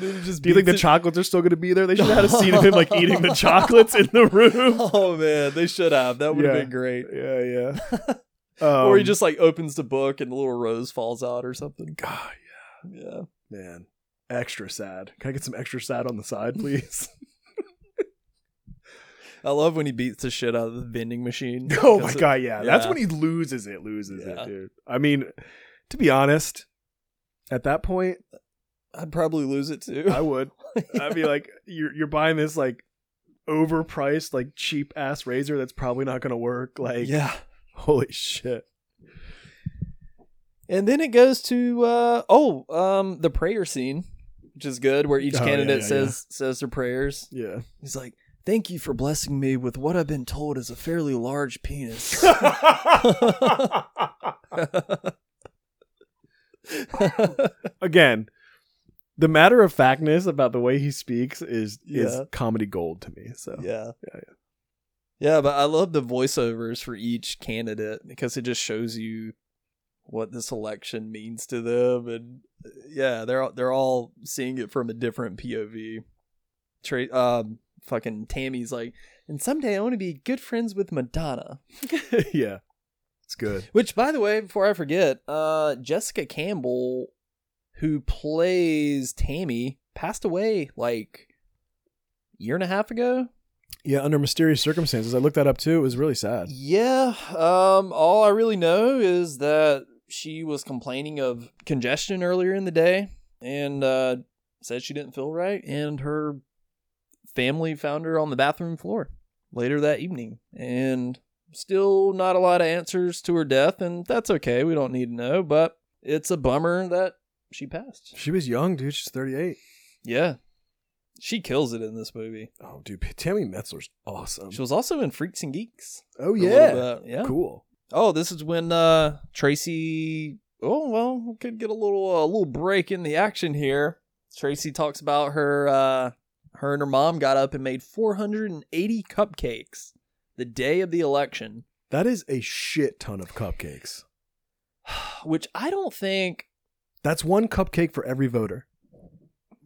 [SPEAKER 3] Dude, just
[SPEAKER 2] Do you think the
[SPEAKER 3] beats it-
[SPEAKER 2] chocolates are still going to be there? They should have had a scene of him like eating the chocolates in the room.
[SPEAKER 3] Oh man, they should have. That would have
[SPEAKER 2] Yeah.
[SPEAKER 3] been great.
[SPEAKER 2] Yeah, yeah.
[SPEAKER 3] or he
[SPEAKER 2] Um,
[SPEAKER 3] just like opens the book, and the little rose falls out or something.
[SPEAKER 2] God,
[SPEAKER 3] Yeah.
[SPEAKER 2] man, extra sad. Can I get some extra sad on the side, please?
[SPEAKER 3] I love when he beats the shit out of the vending machine.
[SPEAKER 2] oh my
[SPEAKER 3] Because it-
[SPEAKER 2] god, yeah. That's
[SPEAKER 3] yeah.
[SPEAKER 2] when he loses it. Loses
[SPEAKER 3] Yeah.
[SPEAKER 2] it, dude. I mean, to be honest, at that point,
[SPEAKER 3] I'd probably lose it too.
[SPEAKER 2] I would. I'd be like, you're you're buying this like overpriced, like cheap ass razor that's probably not going to work. Like,
[SPEAKER 3] yeah.
[SPEAKER 2] holy shit.
[SPEAKER 3] And then it goes to uh oh, um the prayer scene, which is good where each
[SPEAKER 2] Oh, yeah,
[SPEAKER 3] candidate
[SPEAKER 2] yeah,
[SPEAKER 3] says says their prayers.
[SPEAKER 2] Yeah.
[SPEAKER 3] He's like, "Thank you for blessing me with what I've been told is a fairly large penis."
[SPEAKER 2] Again, the matter of factness about the way he speaks is
[SPEAKER 3] Yeah.
[SPEAKER 2] is comedy gold to me. So
[SPEAKER 3] yeah. Yeah, but I love the voiceovers for each candidate because it just shows you what this election means to them, and uh, yeah, they're they're all seeing it from a different POV. Tra- um, fucking Tammy's like, and someday I want to be good friends with Madonna.
[SPEAKER 2] yeah, it's good.
[SPEAKER 3] Which, by the way, before I forget, uh, Jessica Campbell, who plays Tammy, passed away like year and a half ago.
[SPEAKER 2] Yeah, under mysterious circumstances, I looked that up too. It was really sad.
[SPEAKER 3] Yeah. Um, all I really know is that she was complaining of congestion earlier in the day and uh, said she didn't feel right, and her family found her on the bathroom floor later that evening. And still not a lot of answers to her death, and that's okay. We don't need to know, but it's a bummer that she passed.
[SPEAKER 2] She was young, dude. She's thirty eight.
[SPEAKER 3] Yeah. She kills it in this movie.
[SPEAKER 2] Oh, dude, Tammy Metzler's awesome.
[SPEAKER 3] She was also in Freaks and Geeks.
[SPEAKER 2] oh
[SPEAKER 3] for
[SPEAKER 2] Um,
[SPEAKER 3] a little
[SPEAKER 2] yeah,
[SPEAKER 3] bit. Yeah.
[SPEAKER 2] cool.
[SPEAKER 3] Oh, this is when uh Tracy. Oh well, we could get a little uh, a little break in the action here. Tracy talks about her uh her and her mom got up and made 480 cupcakes the day of the election,
[SPEAKER 2] That is a shit ton of cupcakes.
[SPEAKER 3] which I don't think.
[SPEAKER 2] That's one cupcake for every voter.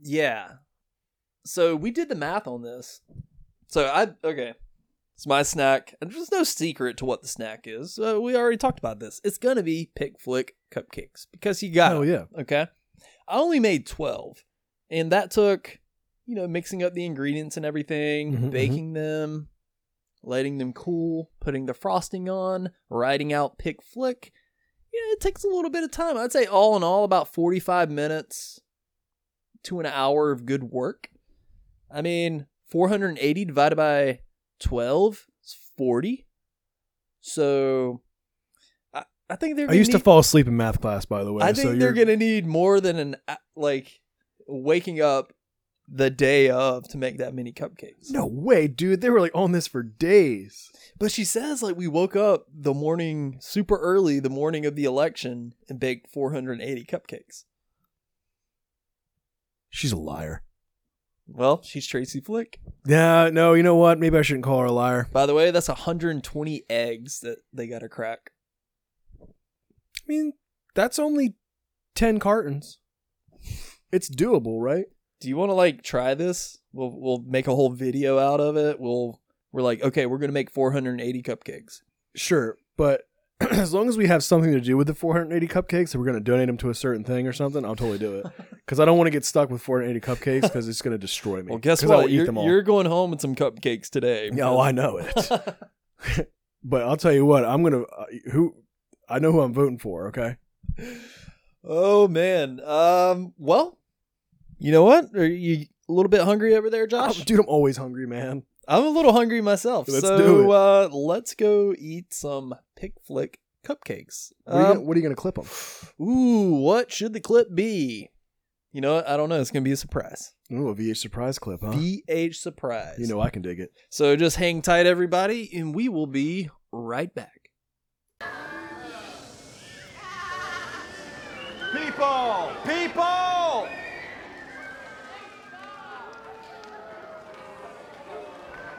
[SPEAKER 3] Yeah. So we did the math on this. So I okay. It's my snack, and there's no secret to what the snack is. Uh, we already talked about this. It's gonna be pick flick cupcakes because you got
[SPEAKER 2] Oh
[SPEAKER 3] it.
[SPEAKER 2] yeah,
[SPEAKER 3] Okay. I only made 12. And that took, you know, mixing up the ingredients and everything,
[SPEAKER 2] Mhm,
[SPEAKER 3] baking them, letting them cool, putting the frosting on, writing out pick flick. Yeah, it takes a little bit of time. I'd say all in all about 45 minutes to an hour of good work. I mean, 480 divided by 12 is 40. So I, I think they're
[SPEAKER 2] I used to
[SPEAKER 3] need-
[SPEAKER 2] fall asleep in math class, by the way.
[SPEAKER 3] I think
[SPEAKER 2] so
[SPEAKER 3] they're
[SPEAKER 2] you're-
[SPEAKER 3] gonna need more than an like waking up the day of to make that many cupcakes.
[SPEAKER 2] No way, dude. They were like on this for days.
[SPEAKER 3] But she says like we woke up the morning super early, the morning of the election, and baked 480 cupcakes.
[SPEAKER 4] She's a liar.
[SPEAKER 3] Well, she's Tracy Flick.
[SPEAKER 2] Yeah, no, you know what? Maybe I shouldn't call her a liar.
[SPEAKER 3] By the way, that's 120 eggs that they got to crack.
[SPEAKER 2] I mean, that's only 10 cartons. It's doable, right?
[SPEAKER 3] Do you want to like try this? We'll we'll make a whole video out of it. We'll we're like, okay, we're gonna make 480 cupcakes.
[SPEAKER 2] Sure, but as long as we have something to do with the 480 cupcakes, and we're going to donate them to a certain thing or something, I'll totally do it. Because I don't want to get stuck with 480 cupcakes because it's going to destroy me.
[SPEAKER 3] Well, guess
[SPEAKER 2] 'Cause I will
[SPEAKER 3] what?
[SPEAKER 2] eat
[SPEAKER 3] You're,
[SPEAKER 2] them all.
[SPEAKER 3] you're going home with some cupcakes today.
[SPEAKER 2] No, I know it. but I'll tell you what, I'm going to. Uh, who? I know who I'm voting for, okay?
[SPEAKER 3] oh man. Um. Well, you know what? Are you a little bit hungry over there,
[SPEAKER 2] Oh,
[SPEAKER 3] Josh?
[SPEAKER 2] dude, I'm always hungry, man.
[SPEAKER 3] I'm a little hungry myself.
[SPEAKER 2] Let's
[SPEAKER 3] so
[SPEAKER 2] do it.
[SPEAKER 3] Uh, let's go eat some pick flick cupcakes.
[SPEAKER 2] What are you
[SPEAKER 3] Um,
[SPEAKER 2] gonna- what are you going to clip them?
[SPEAKER 3] ooh, what should the clip be? You know what? I don't know. It's gonna be a surprise.
[SPEAKER 2] Ooh, a VH surprise clip, huh?
[SPEAKER 3] VH surprise.
[SPEAKER 2] Uh-huh. You know I can dig it.
[SPEAKER 3] So just hang tight, everybody, and we will be right back.
[SPEAKER 5] People! People!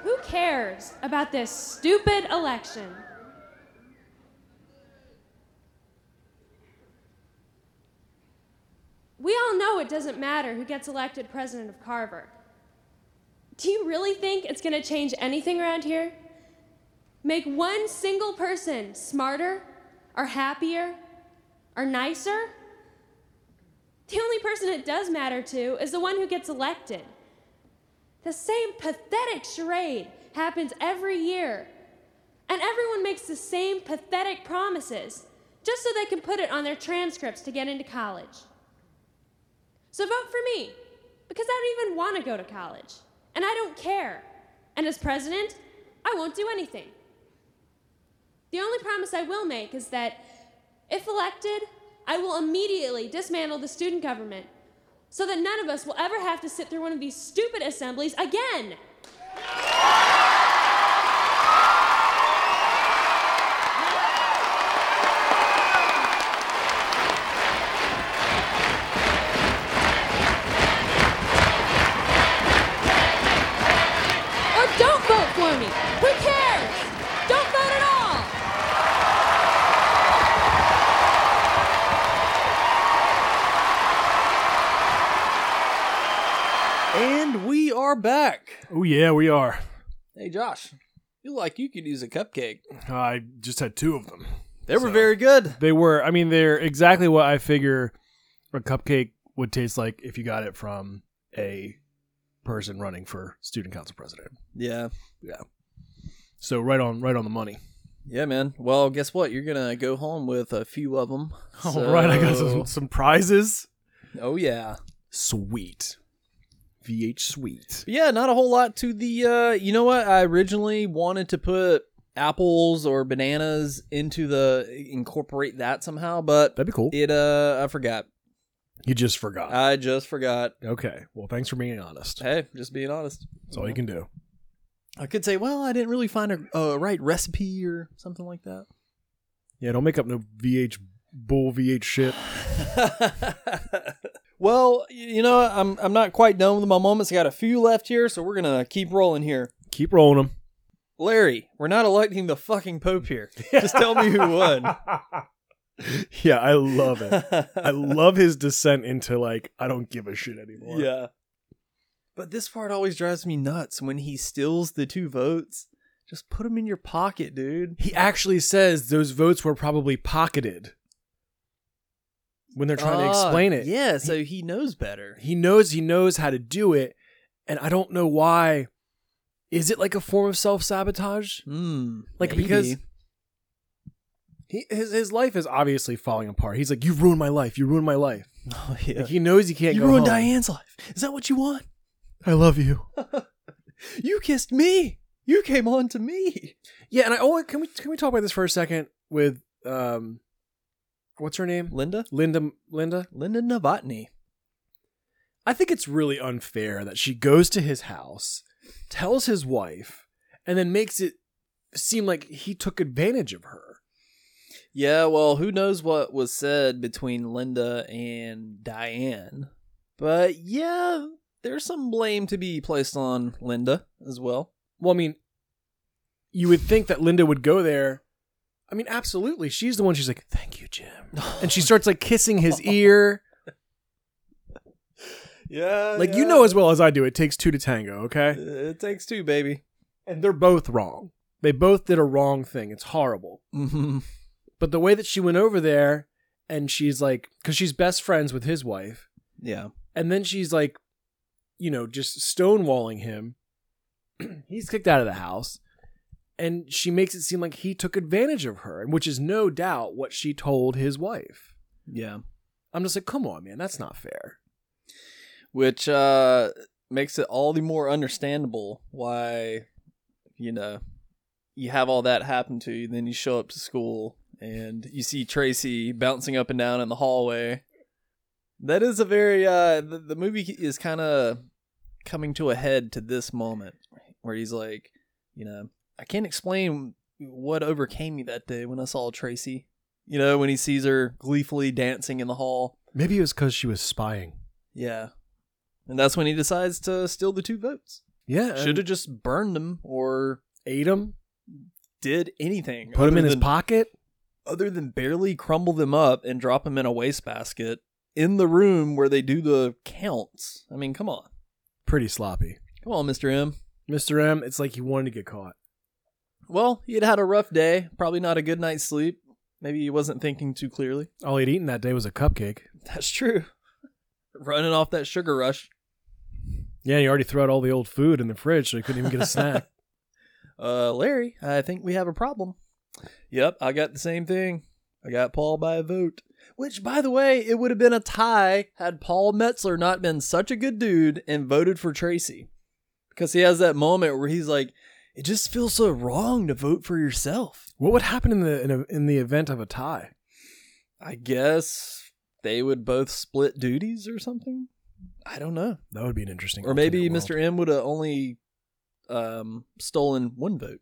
[SPEAKER 6] Who cares about this stupid election? We all know it doesn't matter who gets elected president of Carver. Do you really think it's going to change anything around here? Make one single person smarter, or happier, or nicer? The only person it does matter to is the one who gets elected. The same pathetic charade happens every year. And everyone makes the same pathetic promises just so they can put it on their transcripts to get into college. So vote for me because I don't even want to go to college and I don't care. And as president, I won't do anything. The only promise I will make is that if elected, I will immediately dismantle the student government so that none of us will ever have to sit through one of these stupid assemblies again. Or don't vote for me. Who cares? Don't vote at all.
[SPEAKER 3] And we are back.
[SPEAKER 4] Oh yeah, we are.
[SPEAKER 3] Hey, Josh, you like you could use a cupcake.
[SPEAKER 4] I just had two of them.
[SPEAKER 3] They were very good.
[SPEAKER 4] They were. I mean, they're exactly what I figure a cupcake would taste like if you got it from a person running for student council president.
[SPEAKER 3] Yeah.
[SPEAKER 4] So right on, right on the money.
[SPEAKER 3] Yeah, man. Well, guess what? You're gonna go home with a few of them.
[SPEAKER 4] All right, I got some, some prizes.
[SPEAKER 3] Oh yeah.
[SPEAKER 4] Sweet, VH sweet.
[SPEAKER 3] But yeah, not a whole lot to the. Uh, you know what? I originally wanted to put apples or bananas into the incorporate that somehow, but
[SPEAKER 4] That'd be cool. Uh,
[SPEAKER 3] it. Uh, I forgot.
[SPEAKER 4] You just forgot.
[SPEAKER 3] I just forgot.
[SPEAKER 4] okay. Well, thanks for being honest.
[SPEAKER 3] Hey, just being honest.
[SPEAKER 4] That's all you can do.
[SPEAKER 3] I could say, well, I didn't really find a, a right recipe or something like that.
[SPEAKER 4] Yeah, don't make up no VH bull VH shit.
[SPEAKER 3] well, y- you know, I'm I'm not quite done with my moments. I got a few left here, so we're gonna keep rolling here.
[SPEAKER 4] Keep rolling them.
[SPEAKER 3] Larry, we're not electing the fucking pope here. Just tell me who won.
[SPEAKER 4] Yeah, I love it. I love his descent into like I don't give a shit anymore.
[SPEAKER 3] yeah. But this part always drives me nuts when he steals the two votes. Just put them in your pocket, dude.
[SPEAKER 4] He actually says those votes were probably pocketed when they're trying to
[SPEAKER 3] Ah,
[SPEAKER 4] explain it.
[SPEAKER 3] Yeah, so he knows better.
[SPEAKER 4] He knows he knows how to do it, and I don't know why. Is it like a form of self sabotage?
[SPEAKER 3] Hmm.
[SPEAKER 4] Like
[SPEAKER 3] maybe.
[SPEAKER 4] because he his his life is obviously falling apart. He's like, you ruined my life. You ruined my life.
[SPEAKER 3] Oh, yeah.
[SPEAKER 4] Like he knows he can't.
[SPEAKER 3] you
[SPEAKER 4] go
[SPEAKER 3] ruined
[SPEAKER 4] home.
[SPEAKER 3] Diane's life. Is that what you want?
[SPEAKER 4] I love you.
[SPEAKER 3] You kissed me. You came on to me.
[SPEAKER 4] Yeah, and I oh can we can we talk about this for a second with um, what's her name?
[SPEAKER 3] Linda?
[SPEAKER 4] Linda Linda.
[SPEAKER 3] Linda Novotny.
[SPEAKER 2] I think it's really unfair that she goes to his house, tells his wife, and then makes it seem like he took advantage of her.
[SPEAKER 3] Yeah, well, who knows what was said between Linda and Diane. But yeah, there's some blame to be placed on Linda as well.
[SPEAKER 2] Well, I mean, you would think that Linda would go there. I mean, absolutely. She's the one. She's like, "Thank you, Jim," and she starts like kissing his ear.
[SPEAKER 3] Yeah.
[SPEAKER 2] Like you know as well as I do, it takes two to tango. Okay.
[SPEAKER 3] it takes two, baby.
[SPEAKER 2] and they're both wrong. They both did a wrong thing. It's horrible.
[SPEAKER 3] Mm-hmm.
[SPEAKER 2] But the way that she went over there and she's like, because she's best friends with his wife,
[SPEAKER 3] Yeah.
[SPEAKER 2] and then she's like, you know, just stonewalling him. He's kicked out of the house. And she makes it seem like he took advantage of her, which is no doubt what she told his wife.
[SPEAKER 3] Yeah.
[SPEAKER 2] I'm just like, come on, man, that's not fair.
[SPEAKER 3] Which uh makes it all the more understandable why, you know, you have all that happen to you, then you show up to school and you see Tracy bouncing up and down in the hallway. That is a very uh the, the movie is kind of coming to a head to this moment where he's like, you know, I can't explain what overcame me that day when I saw Tracy. You know, when he sees her gleefully dancing in the hall.
[SPEAKER 2] Maybe it was because she was spying.
[SPEAKER 3] Yeah. And that's when he decides to steal the two votes.
[SPEAKER 2] Yeah.
[SPEAKER 3] Should have just burned them or
[SPEAKER 2] ate him,
[SPEAKER 3] did anything.
[SPEAKER 2] put him
[SPEAKER 3] other
[SPEAKER 2] in his
[SPEAKER 3] than-
[SPEAKER 2] pocket.
[SPEAKER 3] Other than barely crumble them up and drop them in a wastebasket in the room where they do the counts. I mean, come on.
[SPEAKER 2] Pretty sloppy.
[SPEAKER 3] Come on, Mr. M.
[SPEAKER 2] Mr. M, it's like he wanted to get caught.
[SPEAKER 3] Well, he had had a rough day. Probably not a good night's sleep. Maybe he wasn't thinking too clearly.
[SPEAKER 2] All he'd eaten that day was a cupcake.
[SPEAKER 3] That's true. Running off that sugar rush.
[SPEAKER 2] Yeah, he already threw out all the old food in the fridge, so he couldn't even get a snack.
[SPEAKER 3] uh, Larry, I think we have a problem. Yep, I got the same thing. I got Paul by a vote. Which, by the way, it would have been a tie had Paul Metzler not been such a good dude and voted for Tracy. Because he has that moment where he's like, it just feels so wrong to vote for yourself.
[SPEAKER 2] What would happen in the in, a, in the event of a tie?
[SPEAKER 3] I guess they would both split duties or something. I don't know.
[SPEAKER 2] That would be an interesting.
[SPEAKER 3] Or maybe
[SPEAKER 2] alternate
[SPEAKER 3] Mr.
[SPEAKER 2] world.
[SPEAKER 3] M would have only um, stolen one vote.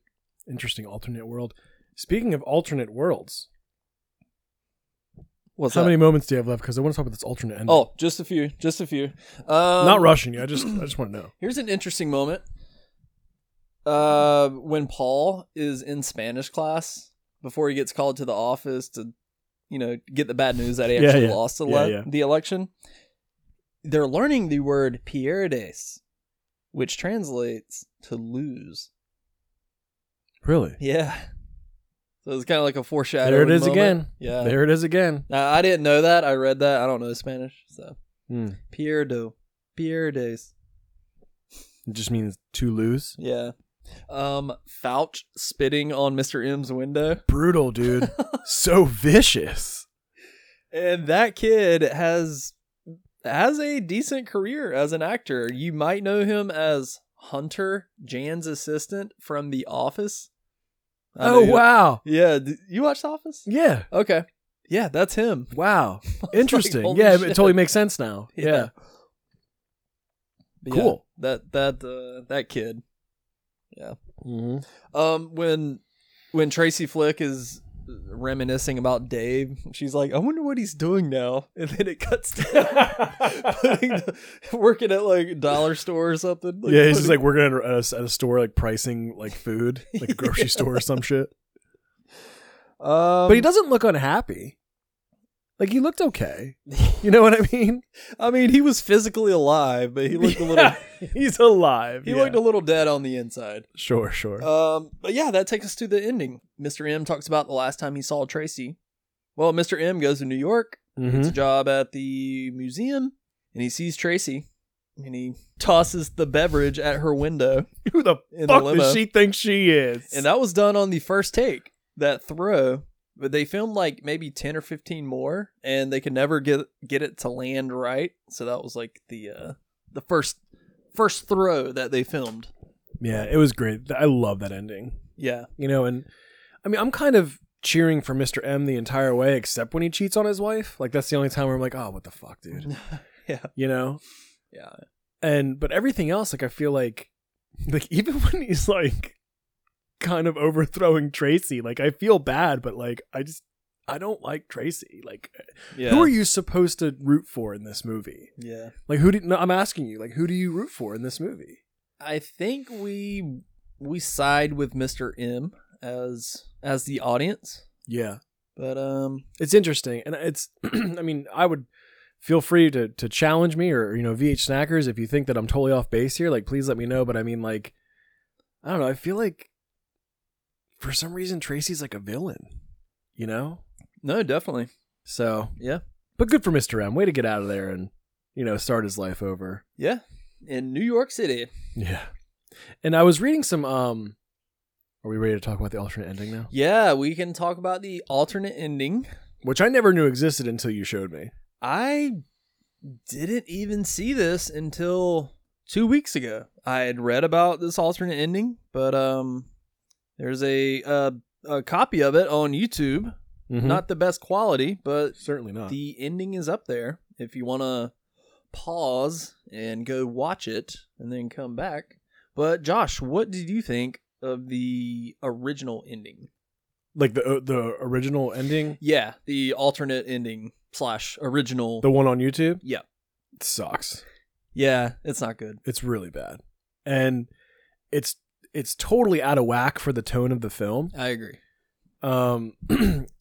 [SPEAKER 2] Interesting alternate world. Speaking of alternate worlds,
[SPEAKER 3] What's
[SPEAKER 2] how
[SPEAKER 3] that?
[SPEAKER 2] many moments do you have left? Because I want to talk about this alternate ending.
[SPEAKER 3] Oh, just a few, just a few. Um,
[SPEAKER 2] not rushing you. I just I just want to know.
[SPEAKER 3] Here's an interesting moment. Uh, when Paul is in Spanish class before he gets called to the office to, you know, get the bad news that he
[SPEAKER 4] Yeah,
[SPEAKER 3] actually
[SPEAKER 4] yeah.
[SPEAKER 3] lost the,
[SPEAKER 4] Yeah,
[SPEAKER 3] le-
[SPEAKER 4] yeah.
[SPEAKER 3] the election, they're learning the word pierdes, which translates to lose.
[SPEAKER 2] Really?
[SPEAKER 3] Yeah. So it's kind of like a foreshadowing.
[SPEAKER 2] There it is
[SPEAKER 3] moment.
[SPEAKER 2] again.
[SPEAKER 3] Yeah.
[SPEAKER 2] There it is again.
[SPEAKER 3] Uh, I didn't know that. I read that. I don't know Spanish, so
[SPEAKER 2] Hmm.
[SPEAKER 3] pierdo, pierdes.
[SPEAKER 2] It just means to lose.
[SPEAKER 3] Yeah. Um, Fouch spitting on Mr. M's window.
[SPEAKER 2] Brutal, dude. so vicious.
[SPEAKER 3] And that kid has has a decent career as an actor. You might know him as Hunter, Jan's assistant from The Office. I
[SPEAKER 2] Oh
[SPEAKER 3] know you-
[SPEAKER 2] wow.
[SPEAKER 3] Yeah, d- you watched The Office?
[SPEAKER 2] Yeah.
[SPEAKER 3] Okay. Yeah, that's him.
[SPEAKER 2] Wow.
[SPEAKER 3] like,
[SPEAKER 2] Interesting.
[SPEAKER 3] holy
[SPEAKER 2] yeah, it
[SPEAKER 3] shit.
[SPEAKER 2] totally makes sense now. yeah.
[SPEAKER 3] But
[SPEAKER 2] Cool.
[SPEAKER 3] yeah, that that uh, that kid.
[SPEAKER 2] Mm-hmm.
[SPEAKER 3] Um, when when Tracy Flick is reminiscing about Dave, she's like, "I wonder what he's doing now," and then it cuts to putting the, working at like dollar store or something.
[SPEAKER 2] yeah, he's just
[SPEAKER 3] putting-
[SPEAKER 2] like working at a, at a store, like pricing like food, like a grocery store or some shit.
[SPEAKER 3] um,
[SPEAKER 2] But he doesn't look unhappy. Like he looked okay. You know what I mean?
[SPEAKER 3] I mean, he was physically alive, but he looked a little
[SPEAKER 2] he's alive.
[SPEAKER 3] he
[SPEAKER 2] yeah.
[SPEAKER 3] looked a little dead on the inside.
[SPEAKER 2] sure, sure.
[SPEAKER 3] Um, but yeah, that takes us to the ending. Mr. M talks about the last time he saw Tracy. Well, Mr. M goes to New York
[SPEAKER 2] Mhm.
[SPEAKER 3] gets a job at the museum and he sees Tracy and he tosses the beverage at her window.
[SPEAKER 2] Who the
[SPEAKER 3] in the
[SPEAKER 2] fuck
[SPEAKER 3] limo.
[SPEAKER 2] does she think she is?
[SPEAKER 3] And that was done on the first take, that throw. But they filmed like maybe 10 or 15 more and they could never get get it to land right. So that was like the uh the first first throw that they filmed.
[SPEAKER 2] yeah, it was great. I love that ending.
[SPEAKER 3] Yeah.
[SPEAKER 2] You know, and I mean, I'm kind of cheering for Mr. M the entire way, except when he cheats on his wife. Like that's the only time where I'm like, oh, what the fuck, dude.
[SPEAKER 3] Yeah.
[SPEAKER 2] You know,
[SPEAKER 3] Yeah.
[SPEAKER 2] and but everything else like i feel like like even when he's like kind of overthrowing tracy like i feel bad but like i just i don't like tracy like
[SPEAKER 3] Yeah.
[SPEAKER 2] who are you supposed to root for in this movie
[SPEAKER 3] Yeah.
[SPEAKER 2] like who did no, i'm asking you like who do you root for in this movie
[SPEAKER 3] I think we we side with Mr. M as as the audience.
[SPEAKER 2] yeah
[SPEAKER 3] But um
[SPEAKER 2] it's interesting and it's i mean i would feel free to to challenge me or you know vh snackers if you think that i'm totally off base here like please let me know but i mean like i don't know i feel like for some reason tracy's like a villain you know
[SPEAKER 3] no, definitely.
[SPEAKER 2] so
[SPEAKER 3] Yeah.
[SPEAKER 2] but good for mr m way to get out of there and you know start his life over
[SPEAKER 3] Yeah. In New York City.
[SPEAKER 2] yeah and i was reading some um are we ready to talk about the alternate ending now
[SPEAKER 3] Yeah, we can talk about the alternate ending.
[SPEAKER 2] which i never knew existed until you showed me
[SPEAKER 3] I didn't even see this until two weeks ago. I had read about this alternate ending, but um, there's a uh, a copy of it on YouTube. Not the best quality, but
[SPEAKER 2] Mm-hmm. certainly not
[SPEAKER 3] the ending is up there. If you want to pause and go watch it and then come back. But Josh, what did you think of the original ending?
[SPEAKER 2] like the uh, the original ending
[SPEAKER 3] Yeah, the alternate ending slash original.
[SPEAKER 2] The one on YouTube?
[SPEAKER 3] Yeah.
[SPEAKER 2] It sucks.
[SPEAKER 3] yeah, it's not good.
[SPEAKER 2] It's really bad. And it's it's totally out of whack for the tone of the film.
[SPEAKER 3] I agree.
[SPEAKER 2] Um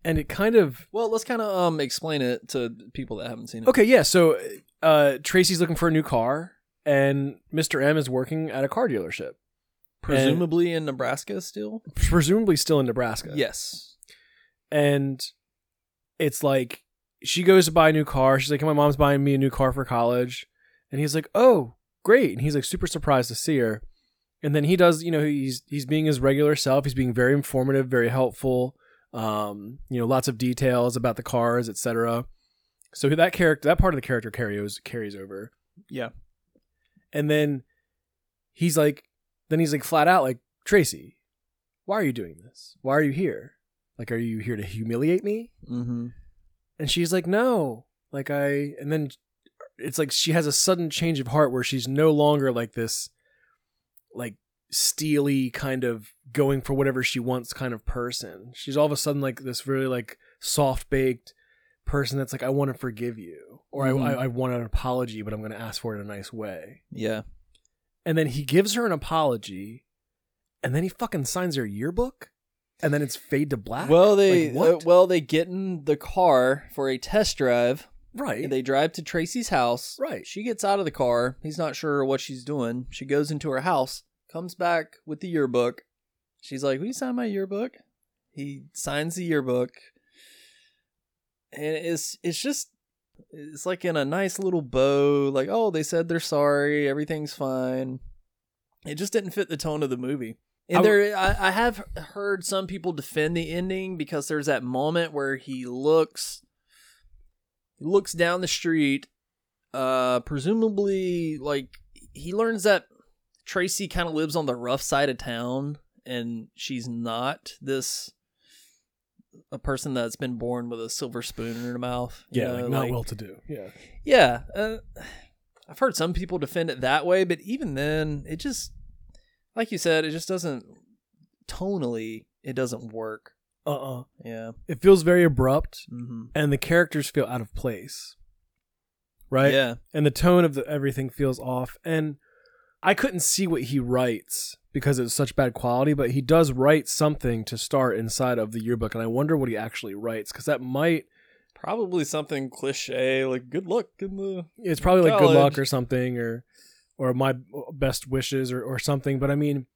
[SPEAKER 2] and it kind of
[SPEAKER 3] Well, let's kind of um explain it to people that haven't seen it.
[SPEAKER 2] Okay, yeah, so uh Tracy's looking for a new car and Mr. M is working at a car dealership.
[SPEAKER 3] Presumably in Nebraska still.
[SPEAKER 2] Presumably still in Nebraska.
[SPEAKER 3] Yes.
[SPEAKER 2] and it's like she goes to buy a new car. She's like, "My mom's buying me a new car for college," and he's like, "Oh, great!" And he's like super surprised to see her. And then he does, you know, he's he's being his regular self. He's being very informative, very helpful. Um, you know, lots of details about the cars, etc. So that character, that part of the character carries carries over.
[SPEAKER 3] Yeah.
[SPEAKER 2] And then he's like, then he's like flat out like, Tracy, why are you doing this? Why are you here? Like, are you here to humiliate me?
[SPEAKER 3] Mm-hmm.
[SPEAKER 2] And she's like, no. Like, I, and then it's like she has a sudden change of heart where she's no longer like this, like, steely kind of going for whatever she wants kind of person. She's all of a sudden like this really like soft baked person that's like, I want to forgive you or
[SPEAKER 3] Mhm.
[SPEAKER 2] I, I, I want an apology, but I'm going to ask for it in a nice way.
[SPEAKER 3] Yeah.
[SPEAKER 2] And then he gives her an apology and then he fucking signs her yearbook. And then it's fade to black.
[SPEAKER 3] Well, they
[SPEAKER 2] Like, what?
[SPEAKER 3] uh, well they get in the car for a test drive.
[SPEAKER 2] right.
[SPEAKER 3] They drive to Tracy's house.
[SPEAKER 2] Right.
[SPEAKER 3] She gets out of the car. He's not sure what she's doing. She goes into her house, comes back with the yearbook. She's like, "Will you sign my yearbook?" He signs the yearbook, and it's it's just it's like in a nice little bow. Like, oh, they said they're sorry. Everything's fine. It just didn't fit the tone of the movie. And
[SPEAKER 2] I w-
[SPEAKER 3] there, I, I have heard some people defend the ending because there's that moment where he looks, he looks down the street, uh, presumably like he learns that Tracy kind of lives on the rough side of town, and she's not this a person that's been born with a silver spoon in her mouth. you
[SPEAKER 2] yeah,
[SPEAKER 3] know,
[SPEAKER 2] like not well to do. Yeah.
[SPEAKER 3] yeah, uh, I've heard some people defend it that way, but even then, it just, like you said, it just doesn't tonally. It doesn't work.
[SPEAKER 2] Uh-uh.
[SPEAKER 3] Yeah.
[SPEAKER 2] It feels very abrupt
[SPEAKER 3] Mm-hmm.
[SPEAKER 2] and the characters feel out of place. Right?
[SPEAKER 3] Yeah.
[SPEAKER 2] And the tone of the everything feels off and I couldn't see what he writes because it's such bad quality, but he does write something to start inside of the yearbook and I wonder what he actually writes cuz that might
[SPEAKER 3] Probably something cliche like "Good luck in the."
[SPEAKER 2] it's probably like good
[SPEAKER 3] College.
[SPEAKER 2] luck or something or or my best wishes or, or something but i mean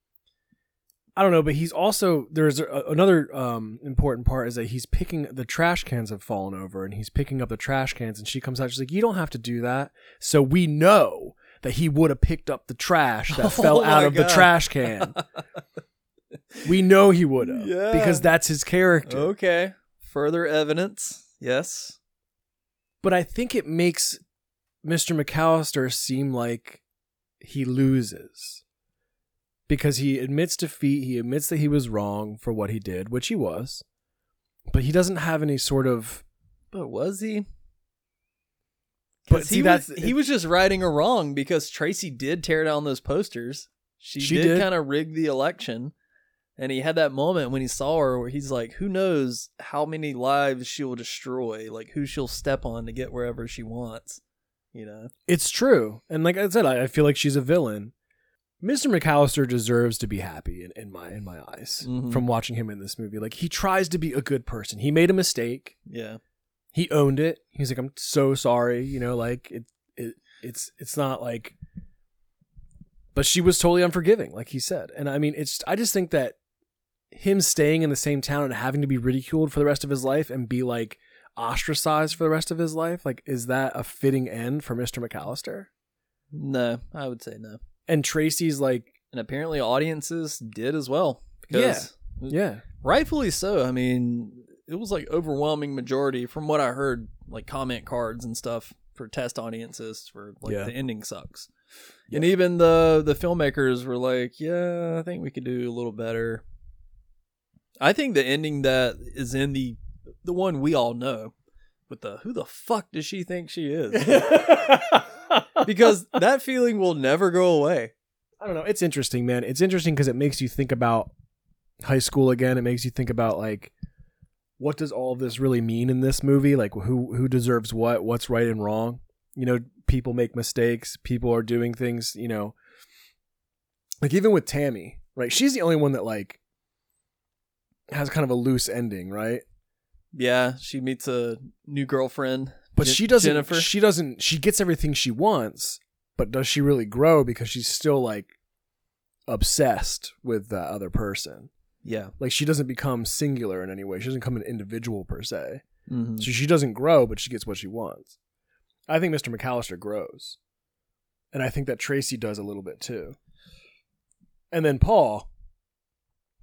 [SPEAKER 2] i don't know but he's also there's a, another um, important part is that he's picking the trash cans have fallen over and he's picking up the trash cans and she comes out she's like you don't have to do that so we know that he would have picked up the trash that
[SPEAKER 3] Oh
[SPEAKER 2] fell out
[SPEAKER 3] my
[SPEAKER 2] of
[SPEAKER 3] God.
[SPEAKER 2] the trash can we know he would have
[SPEAKER 3] Yeah.
[SPEAKER 2] because that's his character
[SPEAKER 3] Okay. Further evidence. Yes.
[SPEAKER 2] but I think it makes Mr. McAllister seem like he loses because he admits defeat. He admits that he was wrong for what he did, which he was, but he doesn't have any sort of
[SPEAKER 3] But was he?
[SPEAKER 7] But
[SPEAKER 3] he
[SPEAKER 7] see, that's
[SPEAKER 3] was, he was just righting her wrong because Tracy did tear down those posters. She,
[SPEAKER 7] She
[SPEAKER 3] did,
[SPEAKER 7] did.
[SPEAKER 3] kind of rig the election, and he had that moment when he saw her where he's like, "Who knows how many lives she will destroy? Like who she'll step on to get wherever she wants." You know,
[SPEAKER 2] It's true. And like I said, I, I feel like she's a villain. Mr. McAllister deserves to be happy in, in my in my eyes
[SPEAKER 3] Mhm.
[SPEAKER 2] from watching him in this movie. Like he tries to be a good person. He made a mistake.
[SPEAKER 3] yeah,
[SPEAKER 2] He owned it. He's like, I'm so sorry. You know, like it, it it's it's not like but she was totally unforgiving, like he said. And I mean it's I just think that him staying in the same town and having to be ridiculed for the rest of his life and be like ostracized for the rest of his life, like is that a fitting end for Mr. McAllister?
[SPEAKER 3] no, I would say no.
[SPEAKER 2] and Tracy's like,
[SPEAKER 3] And apparently, audiences did as well. yeah,
[SPEAKER 2] yeah,
[SPEAKER 3] rightfully so. I mean, it was like overwhelming majority from what I heard, like comment cards and stuff for test audiences for like
[SPEAKER 2] Yeah.
[SPEAKER 3] the ending sucks. And even the the filmmakers were like, yeah, I think we could do a little better. I think the ending that is in the the one we all know with the who the fuck does she think she is? because that feeling will never go away.
[SPEAKER 2] I don't know. It's interesting, man. It's interesting because it makes you think about high school again. It makes you think about like, what does all of this really mean in this movie? Like, who who deserves what? What's right and wrong? You know, people make mistakes. People are doing things. You know, like even with Tammy, right? She's the only one that like has kind of a loose ending, right?
[SPEAKER 3] Yeah, she meets a new girlfriend.
[SPEAKER 2] but
[SPEAKER 3] Jen-
[SPEAKER 2] she doesn't
[SPEAKER 3] Jennifer.
[SPEAKER 2] she doesn't she gets everything she wants but does she really grow because she's still like obsessed with the other person
[SPEAKER 3] yeah.
[SPEAKER 2] like she doesn't become singular in any way she doesn't become an individual per se
[SPEAKER 3] Mm-hmm.
[SPEAKER 2] so she doesn't grow but she gets what she wants i think mr mcallister grows and i think that tracy does a little bit too and then paul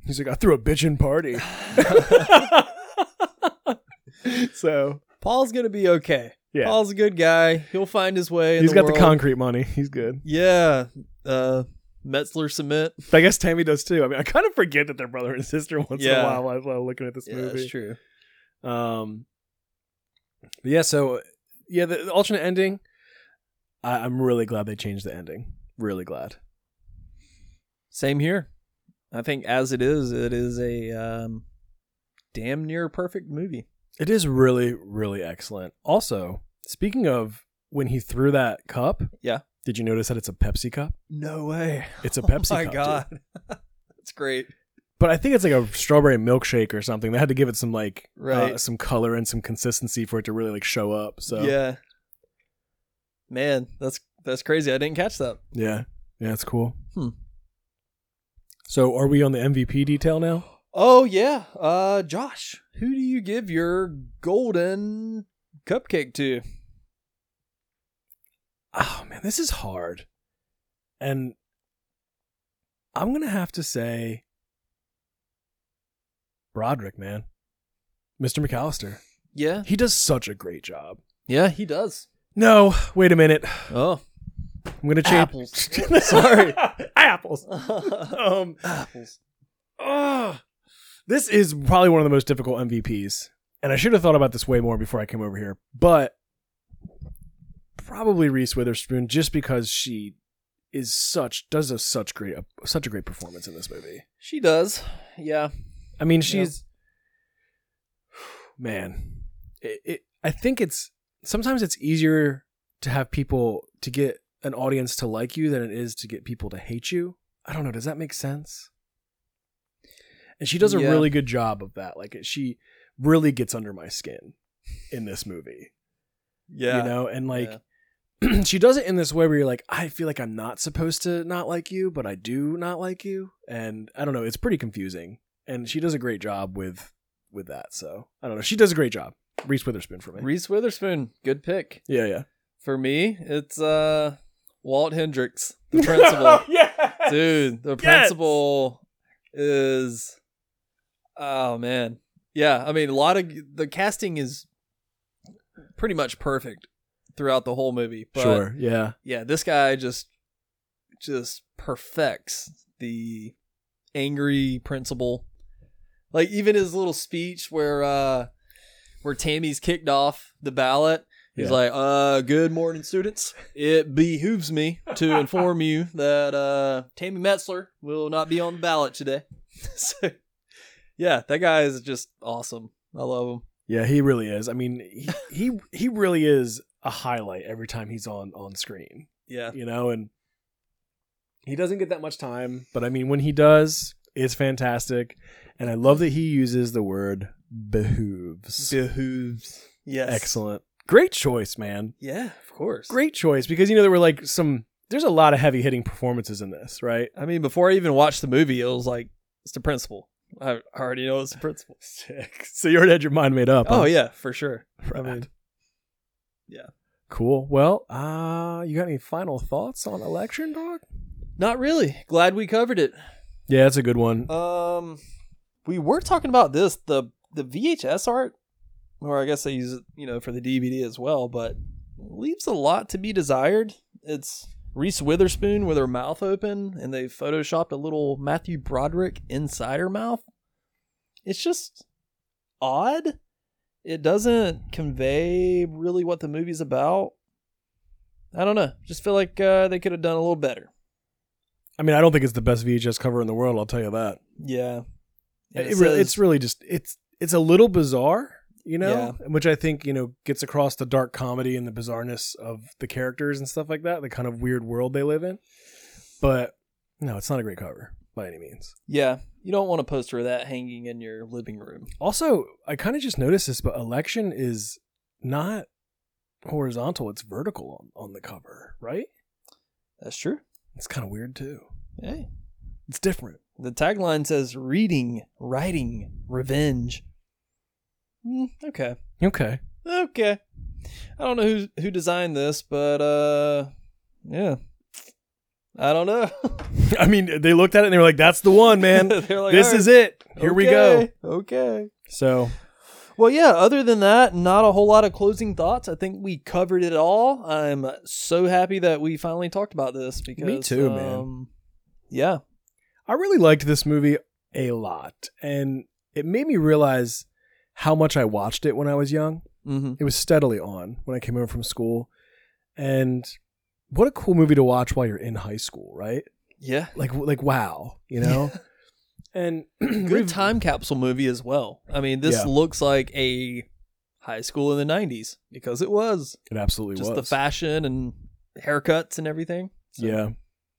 [SPEAKER 2] he's like i threw a bitchin' party so
[SPEAKER 3] Paul's gonna be okay.
[SPEAKER 2] Yeah.
[SPEAKER 3] Paul's a good guy. He'll find his way. In
[SPEAKER 2] he's
[SPEAKER 3] the
[SPEAKER 2] got
[SPEAKER 3] world.
[SPEAKER 2] the concrete money he's good
[SPEAKER 3] Yeah, uh, Metzler Cement.
[SPEAKER 2] I guess Tammy does too. I mean, I kind of forget that they're brother and sister once in
[SPEAKER 3] Yeah.
[SPEAKER 2] a while while- while looking at this
[SPEAKER 3] Yeah,
[SPEAKER 2] movie.
[SPEAKER 3] that's true.
[SPEAKER 2] Um, but yeah, so yeah, the, the alternate ending. I, I'm really glad they changed the ending. Really glad.
[SPEAKER 3] Same here. I think as it is, it is a um, damn near perfect movie.
[SPEAKER 2] It is really, really excellent. Also, speaking of when he threw that cup,
[SPEAKER 3] Yeah.
[SPEAKER 2] did you notice that it's a Pepsi cup?
[SPEAKER 3] No way.
[SPEAKER 2] It's a Pepsi.
[SPEAKER 3] oh my
[SPEAKER 2] cup, dude.
[SPEAKER 3] god, that's great.
[SPEAKER 2] But I think it's like a strawberry milkshake or something. They had to give it some like uh,
[SPEAKER 3] Right.
[SPEAKER 2] some color and some consistency for it to really like show up. So
[SPEAKER 3] Yeah, man, that's that's crazy. I didn't catch that.
[SPEAKER 2] Yeah. Yeah, it's cool.
[SPEAKER 3] Hmm.
[SPEAKER 2] So are we on the MVP detail now?
[SPEAKER 3] Oh yeah, uh, Josh, who do you give your golden cupcake to?
[SPEAKER 2] Oh man, this is hard. And I'm gonna have to say Broderick, man. Mr. McAllister.
[SPEAKER 3] Yeah,
[SPEAKER 2] He does such a great job.
[SPEAKER 3] yeah, he does.
[SPEAKER 2] No, wait a minute.
[SPEAKER 3] Oh,
[SPEAKER 2] I'm gonna change
[SPEAKER 3] Apples. Sorry.
[SPEAKER 2] Apples.
[SPEAKER 3] um,
[SPEAKER 2] Ugh. This is probably one of the most difficult MVPs. And I should have thought about this way more before I came over here. But probably Reese Witherspoon just because she is such does a such great such a great performance in this movie.
[SPEAKER 3] She does. Yeah.
[SPEAKER 2] I mean, she's man. It, it, I think it's sometimes it's easier to have people to get an audience to like you than it is to get people to hate you. I don't know. Does that make sense? And she does a
[SPEAKER 3] Yeah.
[SPEAKER 2] really good job of that. Like she really gets under my skin in this movie,
[SPEAKER 3] Yeah.
[SPEAKER 2] you know, and like. she does it in this way where you're like, I feel like I'm not supposed to not like you, but I do not like you, and I don't know. It's pretty confusing, and she does a great job with with that. So I don't know. She does a great job. Reese Witherspoon for me.
[SPEAKER 3] Reese Witherspoon, good pick.
[SPEAKER 2] yeah, yeah.
[SPEAKER 3] For me, it's uh Walt Hendricks, the principal.
[SPEAKER 2] yeah.
[SPEAKER 3] Dude, the principal is Oh man. Yeah, I mean a lot of the casting is pretty much perfect throughout the whole movie. But
[SPEAKER 2] Sure. Yeah.
[SPEAKER 3] yeah, this guy just just perfects the angry principal. Like even his little speech where uh where Tammy's kicked off the ballot He's
[SPEAKER 8] Yeah.
[SPEAKER 3] like, uh, good morning, students. It behooves me to inform you that uh, Tammy Metzler will not be on the ballot today. so, yeah, that guy is just awesome. I love him.
[SPEAKER 2] Yeah, he really is. I mean, he he, he really is a highlight every time he's on on screen.
[SPEAKER 3] Yeah.
[SPEAKER 2] You know, and he doesn't get that much time, but I mean, when he does, it's fantastic. And I love that he uses the word behooves.
[SPEAKER 3] Behooves. Yes.
[SPEAKER 2] Excellent. Great choice, man.
[SPEAKER 3] Yeah, of course.
[SPEAKER 2] Great choice because you know there were like some there's a lot of heavy hitting performances in this, right?
[SPEAKER 3] I mean, before I even watched the movie, it was like, it's the principal. I already know it's the principal.
[SPEAKER 2] Sick. So you already had your mind made up.
[SPEAKER 3] Oh,
[SPEAKER 2] huh?
[SPEAKER 3] yeah, for sure. I
[SPEAKER 2] Right.
[SPEAKER 3] mean,
[SPEAKER 2] Cool. Well, uh, you got any final thoughts on election, dog?
[SPEAKER 3] not really. Glad we covered it.
[SPEAKER 2] Yeah, that's a good one.
[SPEAKER 3] Um, we were talking about this the the VHS art, or I guess they use it, you know, for the DVD as well, but leaves a lot to be desired. It's Reese Witherspoon with her mouth open, and they photoshopped a little Matthew Broderick inside her mouth. It's just odd. It doesn't convey really what the movie's about. I don't know. Just feel like uh, they could have done a little better.
[SPEAKER 2] I mean, I don't think it's the best VHS cover in the world. I'll tell you that.
[SPEAKER 3] Yeah. And
[SPEAKER 2] It really-
[SPEAKER 3] says-
[SPEAKER 2] it's really just it's it's a little bizarre, you know,
[SPEAKER 3] Yeah.
[SPEAKER 2] which I think you know gets across the dark comedy and the bizarreness of the characters and stuff like that, the kind of weird world they live in. But no, it's not a great cover by any means.
[SPEAKER 3] Yeah, you don't want a poster of that hanging in your living room.
[SPEAKER 2] Also, I kind of just noticed this, but election is not horizontal; it's vertical on on the cover, right?
[SPEAKER 3] That's true.
[SPEAKER 2] It's kind of weird too.
[SPEAKER 3] Hey.
[SPEAKER 2] It's different.
[SPEAKER 3] The tagline says reading, writing, revenge. Hmm, okay.
[SPEAKER 2] Okay.
[SPEAKER 3] Okay. I don't know who who designed this, but uh yeah. I don't know.
[SPEAKER 2] I mean, they looked at it and they were like, "That's the one, man.
[SPEAKER 3] They're like,
[SPEAKER 2] this
[SPEAKER 3] "All
[SPEAKER 2] is it. Here we go."
[SPEAKER 3] okay, Okay.
[SPEAKER 2] So
[SPEAKER 3] Well, yeah, other than that, not a whole lot of closing thoughts. I think we covered it all. I'm so happy that we finally talked about this because um,
[SPEAKER 2] too, man.
[SPEAKER 3] Yeah.
[SPEAKER 2] I really liked this movie a lot, and it made me realize how much I watched it when I was young.
[SPEAKER 3] Mhm.
[SPEAKER 2] It was steadily on when I came home from school, and what a cool movie to watch while you're in high school, right?
[SPEAKER 3] Yeah.
[SPEAKER 2] Like, like wow, you know. and
[SPEAKER 3] good time capsule movie as well. I mean, this
[SPEAKER 2] Yeah.
[SPEAKER 3] looks like a high school in the '90s because it was
[SPEAKER 2] It absolutely
[SPEAKER 3] just
[SPEAKER 2] was
[SPEAKER 3] the fashion and haircuts and everything. So,
[SPEAKER 2] Yeah.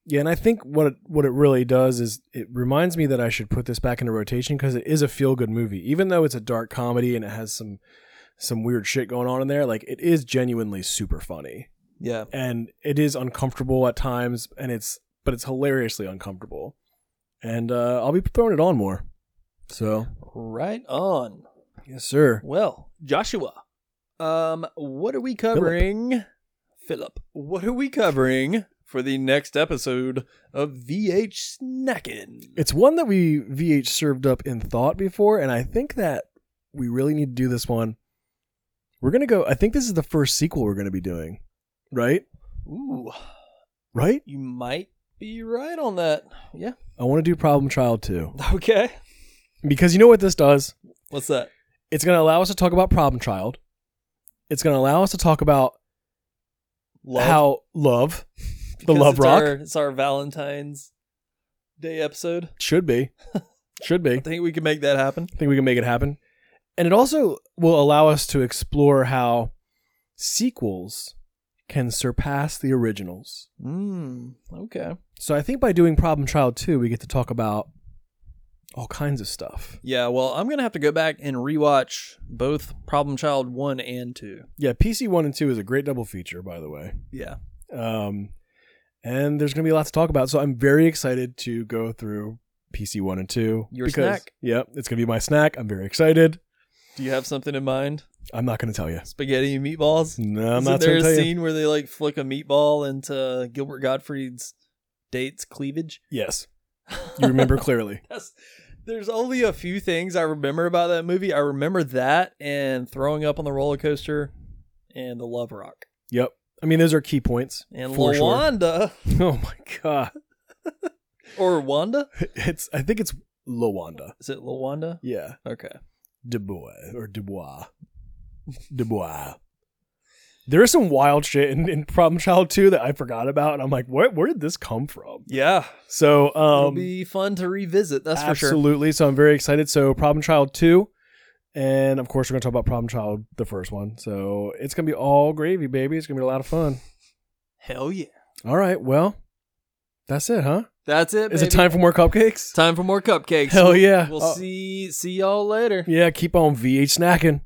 [SPEAKER 2] Yeah, and I think what it, what it really does is it reminds me that I should put this back into rotation because it is a feel good movie, even though it's a dark comedy and it has some some weird shit going on in there. Like it is genuinely super funny,
[SPEAKER 3] yeah,
[SPEAKER 2] and it is uncomfortable at times, and it's but it's hilariously uncomfortable. And uh, I'll be throwing it on more. So
[SPEAKER 3] right on.
[SPEAKER 2] yes, sir.
[SPEAKER 3] Well, Joshua, um, what are we covering? Philip, what are we covering for the next episode of VH Snackin'?
[SPEAKER 2] It's one that we VH served up in thought before, and I think that we really need to do this one. We're gonna go. I think this is the first sequel we're gonna be doing, right?
[SPEAKER 3] Ooh,
[SPEAKER 2] Right?
[SPEAKER 3] you might be right on that. Yeah.
[SPEAKER 2] I want to do Problem Child too
[SPEAKER 3] Okay.
[SPEAKER 2] because you know what this does.
[SPEAKER 3] What's that?
[SPEAKER 2] It's gonna allow us to talk about Problem Child. It's gonna allow us to talk about
[SPEAKER 3] Love?
[SPEAKER 2] how love, the
[SPEAKER 3] Because
[SPEAKER 2] love
[SPEAKER 3] it's
[SPEAKER 2] rock
[SPEAKER 3] Our, it's our Valentine's Day episode.
[SPEAKER 2] should be, should be.
[SPEAKER 3] I think we can make that happen.
[SPEAKER 2] I think we can make it happen. And it also will allow us to explore how sequels can surpass the originals.
[SPEAKER 3] Mm, okay.
[SPEAKER 2] So I think by doing Problem Child 2, we get to talk about all kinds of stuff.
[SPEAKER 3] Yeah, well, I'm going to have to go back and rewatch both Problem Child 1 and 2.
[SPEAKER 2] Yeah, PC 1 and 2 is a great double feature, by the way.
[SPEAKER 3] Yeah.
[SPEAKER 2] Um, and there's going to be a lot to talk about. So I'm very excited to go through PC 1 and 2.
[SPEAKER 3] Your snack.
[SPEAKER 2] Yep, it's going to be my snack. I'm very excited.
[SPEAKER 3] Do you have something in mind?
[SPEAKER 2] I'm not going to tell you.
[SPEAKER 3] Spaghetti and meatballs?
[SPEAKER 2] No, I'm
[SPEAKER 3] Isn't
[SPEAKER 2] not
[SPEAKER 3] there
[SPEAKER 2] going to
[SPEAKER 3] a
[SPEAKER 2] tell you.
[SPEAKER 3] scene where they like flick a meatball into Gilbert Gottfried's date's cleavage?
[SPEAKER 2] Yes, you remember clearly.
[SPEAKER 3] That's, there's only a few things I remember about that movie. I remember that and throwing up on the roller coaster and the love rock.
[SPEAKER 2] Yep. I mean, those are key points.
[SPEAKER 3] And
[SPEAKER 2] For sure.
[SPEAKER 3] LaWanda
[SPEAKER 2] Oh my god.
[SPEAKER 3] or Wanda?
[SPEAKER 2] It's I think it's Lawanda.
[SPEAKER 3] Is it LaWanda?
[SPEAKER 2] Yeah.
[SPEAKER 3] Okay.
[SPEAKER 2] Dubois or Dubois. Dubois. There is some wild shit in, in Problem Child 2 that I forgot about, and I'm like, where, where did this come from?
[SPEAKER 3] Yeah.
[SPEAKER 2] So,
[SPEAKER 3] It'll
[SPEAKER 2] um,
[SPEAKER 3] be fun to revisit, that's for sure.
[SPEAKER 2] absolutely. So I'm very excited. So Problem Child 2, and of course we're gonna talk about Problem Child, the first one. So it's gonna be all gravy, baby. It's gonna be a lot of fun.
[SPEAKER 3] Hell yeah.
[SPEAKER 2] All right, well, that's it, huh?
[SPEAKER 3] That's it.
[SPEAKER 2] Is it
[SPEAKER 3] baby.
[SPEAKER 2] time for more cupcakes?
[SPEAKER 3] Time for more cupcakes.
[SPEAKER 2] Hell yeah!
[SPEAKER 3] We'll
[SPEAKER 2] Oh,
[SPEAKER 3] see see y'all later.
[SPEAKER 2] Yeah, keep on VH snacking.